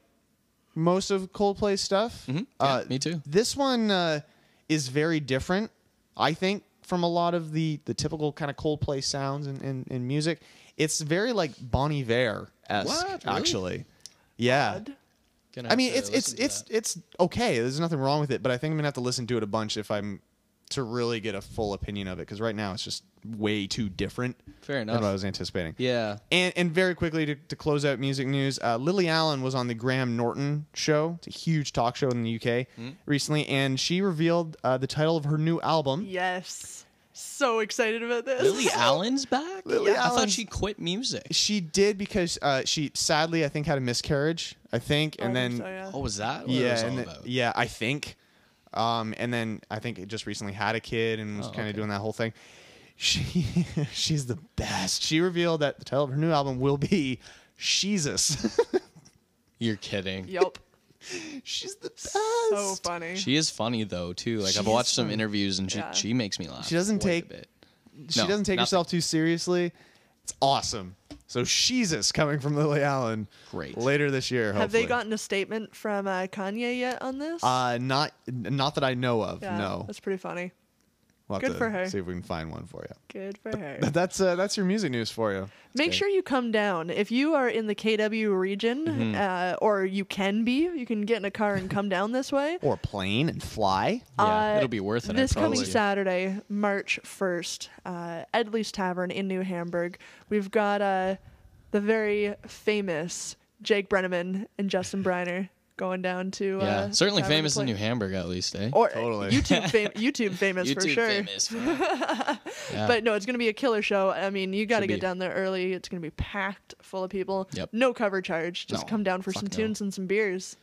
most of Coldplay's stuff. uh,
Mm-hmm. me too.
This one uh, is very different, I think, from a lot of the, the typical kind of Coldplay sounds and, and, and music. It's very like Bon Iver esque,
What? Really?
actually. Yeah.
Gonna
I mean,
have to
it's it's
listen to
it's it's okay. There's nothing wrong with it, but I think I'm gonna have to listen to it a bunch if I'm to really get a full opinion of it. Because right now it's just way too different.
Fair
Than
enough.
what I was anticipating.
that. Yeah.
And and very quickly to, to close out music news, uh, Lily Allen was on the Graham Norton show. It's a huge talk
Hmm.
show in the UK recently, and she revealed uh, the title of her new album.
Yes. so excited about this.
Lily Allen's back.
Lily
I thought
Allen's-
she quit music.
She did because uh, she sadly, I think, had a miscarriage. I think, and
I
then
think so, yeah. Oh, was that what it
yeah,
was
and
all
the- yeah, I think. Um, and then I think it just recently had a kid and was
Oh,
kind of
okay.
doing that whole thing. She she's the best. She revealed that the title of her new album will be Jesus.
You're kidding.
Yep.
She's the best.
So funny.
She is funny though too. Like
She
I've
is
watched some
funny.
interviews and she
Yeah.
she makes me laugh.
She doesn't
quite a
take-
bit.
she
No,
doesn't take
nothing.
herself too seriously. It's awesome. So Jesus coming from Lily Allen.
Great.
Later this year,
Have
hopefully.
they gotten a statement from uh, Kanye yet on this?
Uh, not not that I know of.
Yeah,
no.
That's pretty funny.
We'll have
good
to
for her.
See if we can find one for you.
Good for her.
But that's uh, that's your music news for you.
Make sure you come down. If you are in the KW region,
Mm-hmm.
Mhm.
uh, or you can be, you can get in a car and come down this way.
Or plane and fly.
Uh, This coming Saturday, March 1st, uh, Edley's Tavern in New Hamburg. We've got uh, the very famous Jake Brenneman and Justin Briner going down to.
Yeah,
uh,
certainly
Tavern to
famous in
play.
New Hamburg at least, eh?
Or YouTube, fam- YouTube famous for
YouTube
sure.
famous, Yeah.
But no, it's going to be a killer show. I mean, you got to
Should
get
be.
down there early. It's going to be packed full of people.
Yep.
No cover charge. Just
No,
come down for some
fuck no.
tunes and some beers.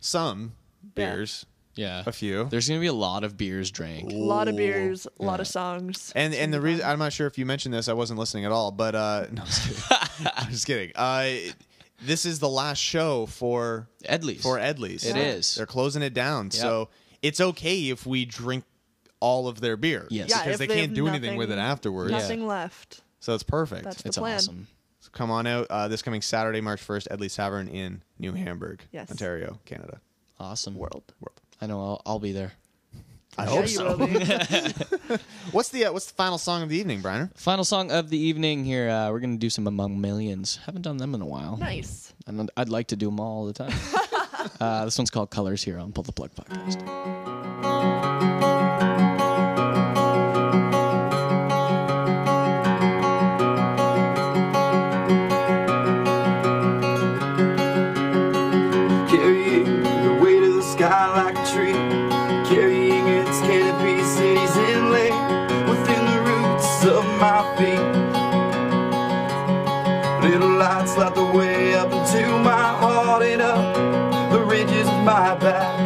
Some
Yeah.
beers.
Yeah.
A few.
There's gonna be a lot of beers drank.
A lot of beers, a lot of songs.
And and the reason I'm not sure if you mentioned this, I wasn't listening at all. But uh, no, I'm just kidding. I'm just kidding. Uh, this is the last show for
Edley's.
For Edley's,
It
It
is.
They're closing it down, so it's okay if we drink all of their beer.
Yes.
Yeah,
because
if
they,
they
can't
have
do anything with it
nothing-
afterwards.
Nothing left.
So it's perfect.
That's the It's plan. awesome.
So come on out uh, this coming Saturday, March 1st, Edley's Tavern in New Hamburg,
Yes.
Ontario, Canada.
Awesome. World. I know. I'll, I'll be there.
I hope so. what's the uh, what's the final song of the evening, Brian?
Final song of the evening here. Uh, we're gonna do some Among Millions. Haven't done them in a while.
Nice.
And I'd like to do them all the time. uh, this one's called Colors here on Pull the Plug Podcast.
Carrying the weight of the sky like a tree, carrying its canopy, cities inland within the roots of my feet. Little lights light the way up into my heart and up the ridges of my back.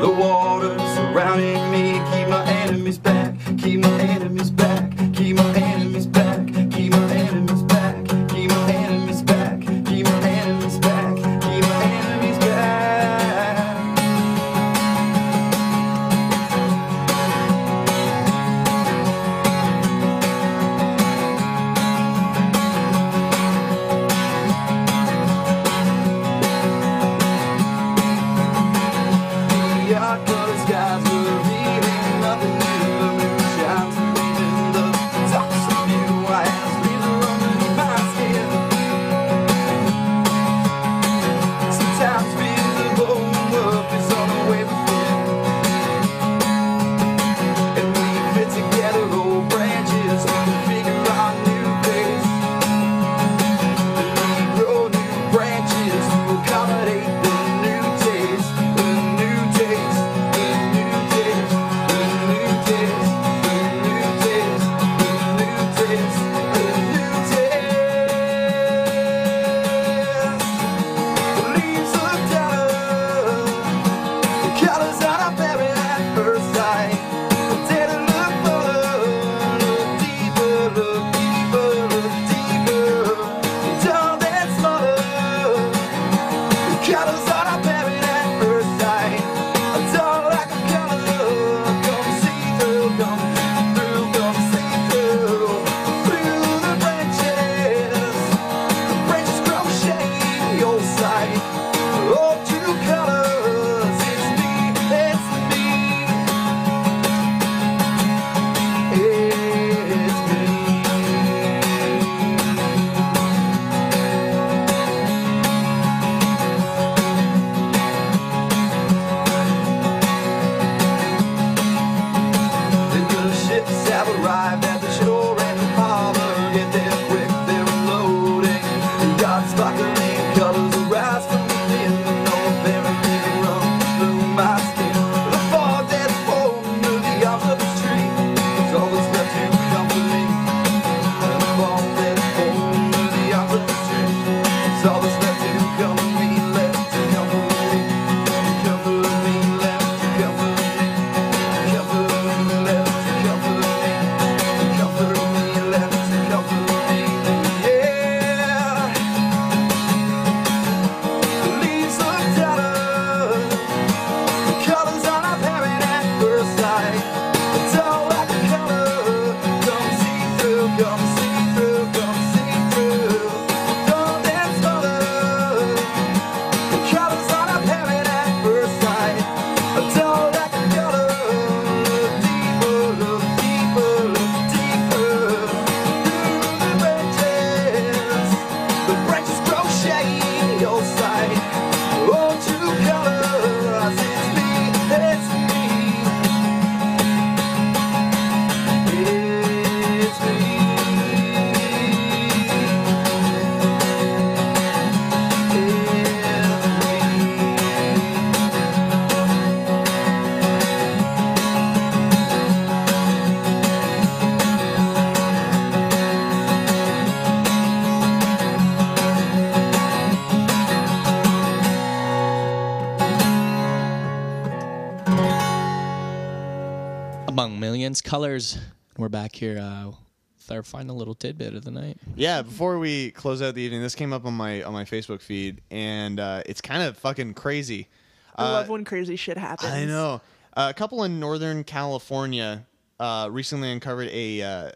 The waters surrounding me keep my enemies back, keep my enemies back, keep my enemies back, keep my enemies back, keep my enemies back, keep my enemies back, keep my enemies back. Your color skies were reading nothing new to me.
among millions colors. We're back here uh, with our final little tidbit of the night.
Yeah, before we close out the evening, this came up on my on my Facebook feed, and uh, it's kind of fucking crazy.
I
Uh,
love when crazy shit happens.
I know. Uh, a couple in Northern California uh, recently uncovered a uh,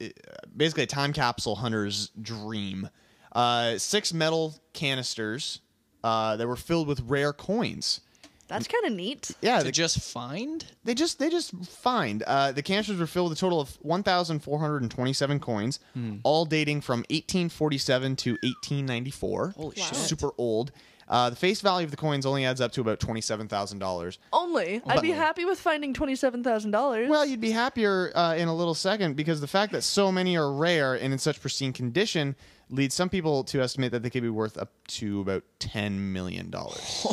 i- basically a time capsule hunter's dream. Uh, six metal canisters uh, that were filled with rare coins.
That's kind of neat.
Yeah,
To
they
just find.
They just they just find. Uh, the canisters were filled with a total of 1,427 coins,
Hmm.
all dating from 1847 to 1894. Holy
Wow. shit.
Super old. Uh, the face value of the coins only adds up to about twenty-seven thousand dollars.
Only, I'd be
Only.
happy with finding twenty-seven thousand dollars.
Well, you'd be happier uh, in a little second because the fact that so many are rare and in such pristine condition leads some people to estimate that they could be worth up to about ten million dollars.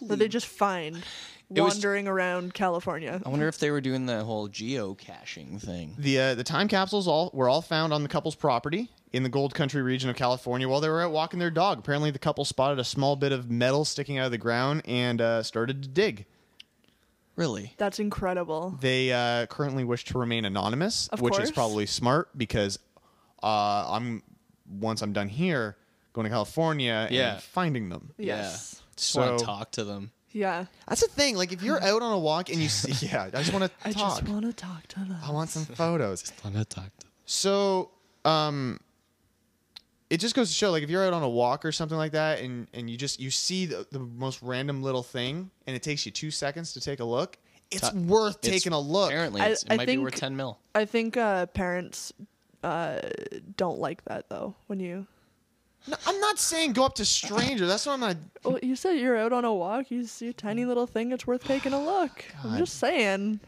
that they just find
It was-
wandering around California.
I wonder if they were doing the whole geocaching thing.
The uh, the time capsules all were all found on the couple's property in the Gold Country region of California while they were out walking their dog. Apparently, the couple spotted a small bit of metal sticking out of the ground and uh, started to dig.
Really?
That's incredible.
They uh, currently wish to remain anonymous,
Of
which
course.
is probably smart because uh, I'm once I'm done here going to California
Yeah.
and finding them.
Yes.
Yeah. Just want to
So-
talk to them.
Yeah.
That's the thing. Like if you're out on a walk and you see, yeah, I just want to
I
talk.
just want to talk to them.
I want some photos.
I'm not talking.
So, um, it just goes to show, like, if you're out on a walk or something like that, and and you just you see the, the most random little thing, and it takes you two seconds to take a look, it's
Ta-
worth
it's-
taking a look.
Apparently,
I-
it's, it
I
might be worth
think-
ten mil.
I think uh, parents uh, don't like that though. When you
No, I'm not saying go up to stranger. That's what I'm not.
well, you said you're out on a walk, you see a tiny little thing, it's worth taking a look. I'm
God.
just saying.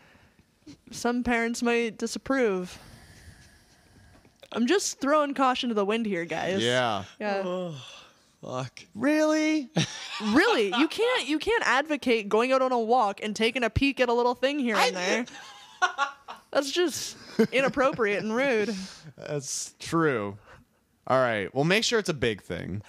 Some parents might disapprove. I'm just throwing caution to the wind here, guys.
Yeah.
Yeah.
Fuck.
Really?
really? You can't you can't advocate going out on a walk and taking a peek at a little thing here and there. That's just inappropriate and rude.
That's true. All right. Well, make sure it's a big thing.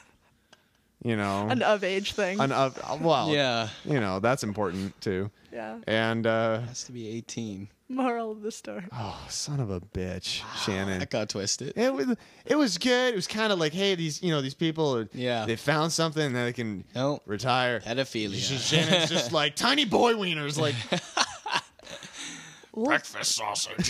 You know,
An of age thing.
An of- well,
Yeah.
You know, that's important too.
Yeah.
And uh,
has to be 18.
Moral of the story.
Oh, son of a bitch, Shannon. That
Ah, got twisted.
It was it was good. It was kind of like, hey, these you know these people, are,
Yeah.
they found something that they can retire.
Pedophilia.
Shannon's just like tiny boy wieners, like
breakfast sausage.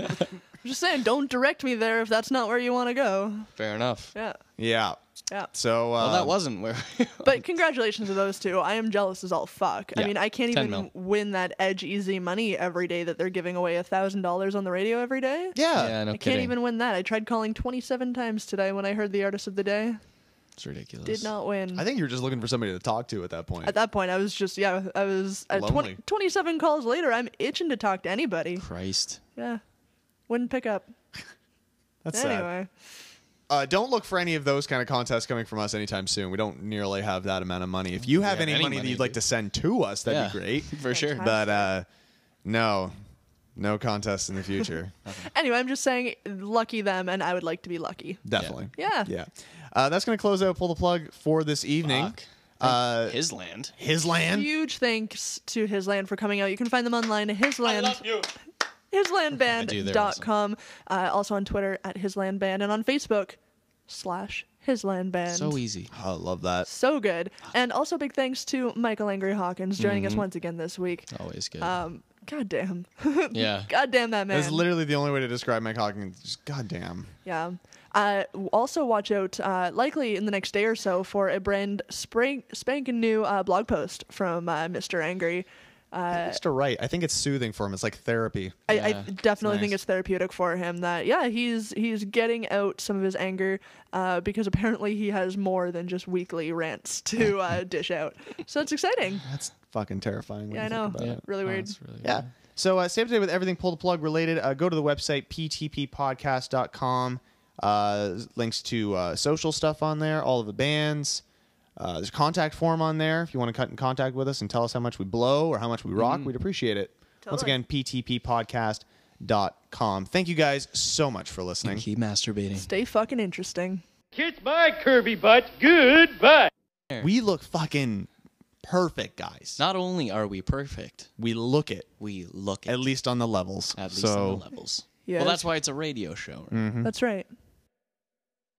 I'm just saying, don't direct me there if that's not where you want to go.
Fair enough. um,
Yeah.
yeah.
Yeah.
So uh,
Well, that wasn't where.
But congratulations to those two. I am jealous as all fuck. I
Yeah,
mean, I can't
10
even
mil.
win that edge easy money every day that they're giving away thousand dollars on the radio every day.
Yeah.
Yeah, no
I
kidding.
can't even win that. I tried calling twenty seven times today when I heard the artist of the day.
It's ridiculous.
Did not win.
I think you were just looking for somebody to talk to at that point.
At that point, I was just yeah, I was at 20,
Lonely.
27 calls later. I'm itching to talk to anybody.
Christ.
Yeah, wouldn't pick up.
That's sad.
anyway.
Uh, don't look for any of those kind of contests coming from us anytime soon. We don't nearly have that amount of money. If you
have
have any,
any
money, that
money,
you'd like to send to us, that'd be
Yeah,
great
for sure.
But uh, no, no contests in the future.
Anyway, I'm just saying, lucky them, and I would like to be lucky.
Definitely.
Yeah.
Yeah. Uh, that's going to close out pull the plug for this evening. Uh,
his land.
His land.
Huge thanks to His Land for coming out. You can find them online at His Land.
you. do, they're
Hislandband.com. Uh, also on Twitter at Hislandband and on Facebook slash Hislandband.
So easy.
I love that.
So good. And also big thanks to Michael Angry Hawkins joining us
Mhm.
once again this week.
Oh,
Always good.
Um, God damn.
Yeah.
God damn that man.
That's literally the only way to describe Mike Hawkins. Just goddamn.
Yeah. Uh, w- also, watch out, uh, likely in the next day or so, for a brand spring, spanking new uh, blog post from uh, Mr. Angry. Uh,
Mr. Wright, I think it's soothing for him. It's like therapy.
I, I definitely think it's therapeutic for him that yeah he's he's getting out some of his anger uh, because apparently he has more than just weekly rants to uh, dish out so it's exciting
That's fucking terrifying. when
yeah I
you think
know
about it.
really weird
yeah. So uh, stay up to date with everything pull the plug related. Uh, go to the website ptppodcast.com. Uh, links to uh, social stuff on there, all of the bands. Uh, there's a contact form on there if you want to cut in contact with us and tell us how much we blow or how much we rock.
Mhm.
We'd appreciate it. Once
Totally.
again, ptppodcast.com. Thank you guys so much for listening.
keep masturbating.
stay fucking interesting
Kiss my curvy butt. Goodbye.
We look fucking perfect, guys.
Not only are we perfect,
we look it.
We look
it. At least on the levels.
At least
So-
on the levels.
Yeah.
Well, that's why it's a radio show.
Mhm.
That's right.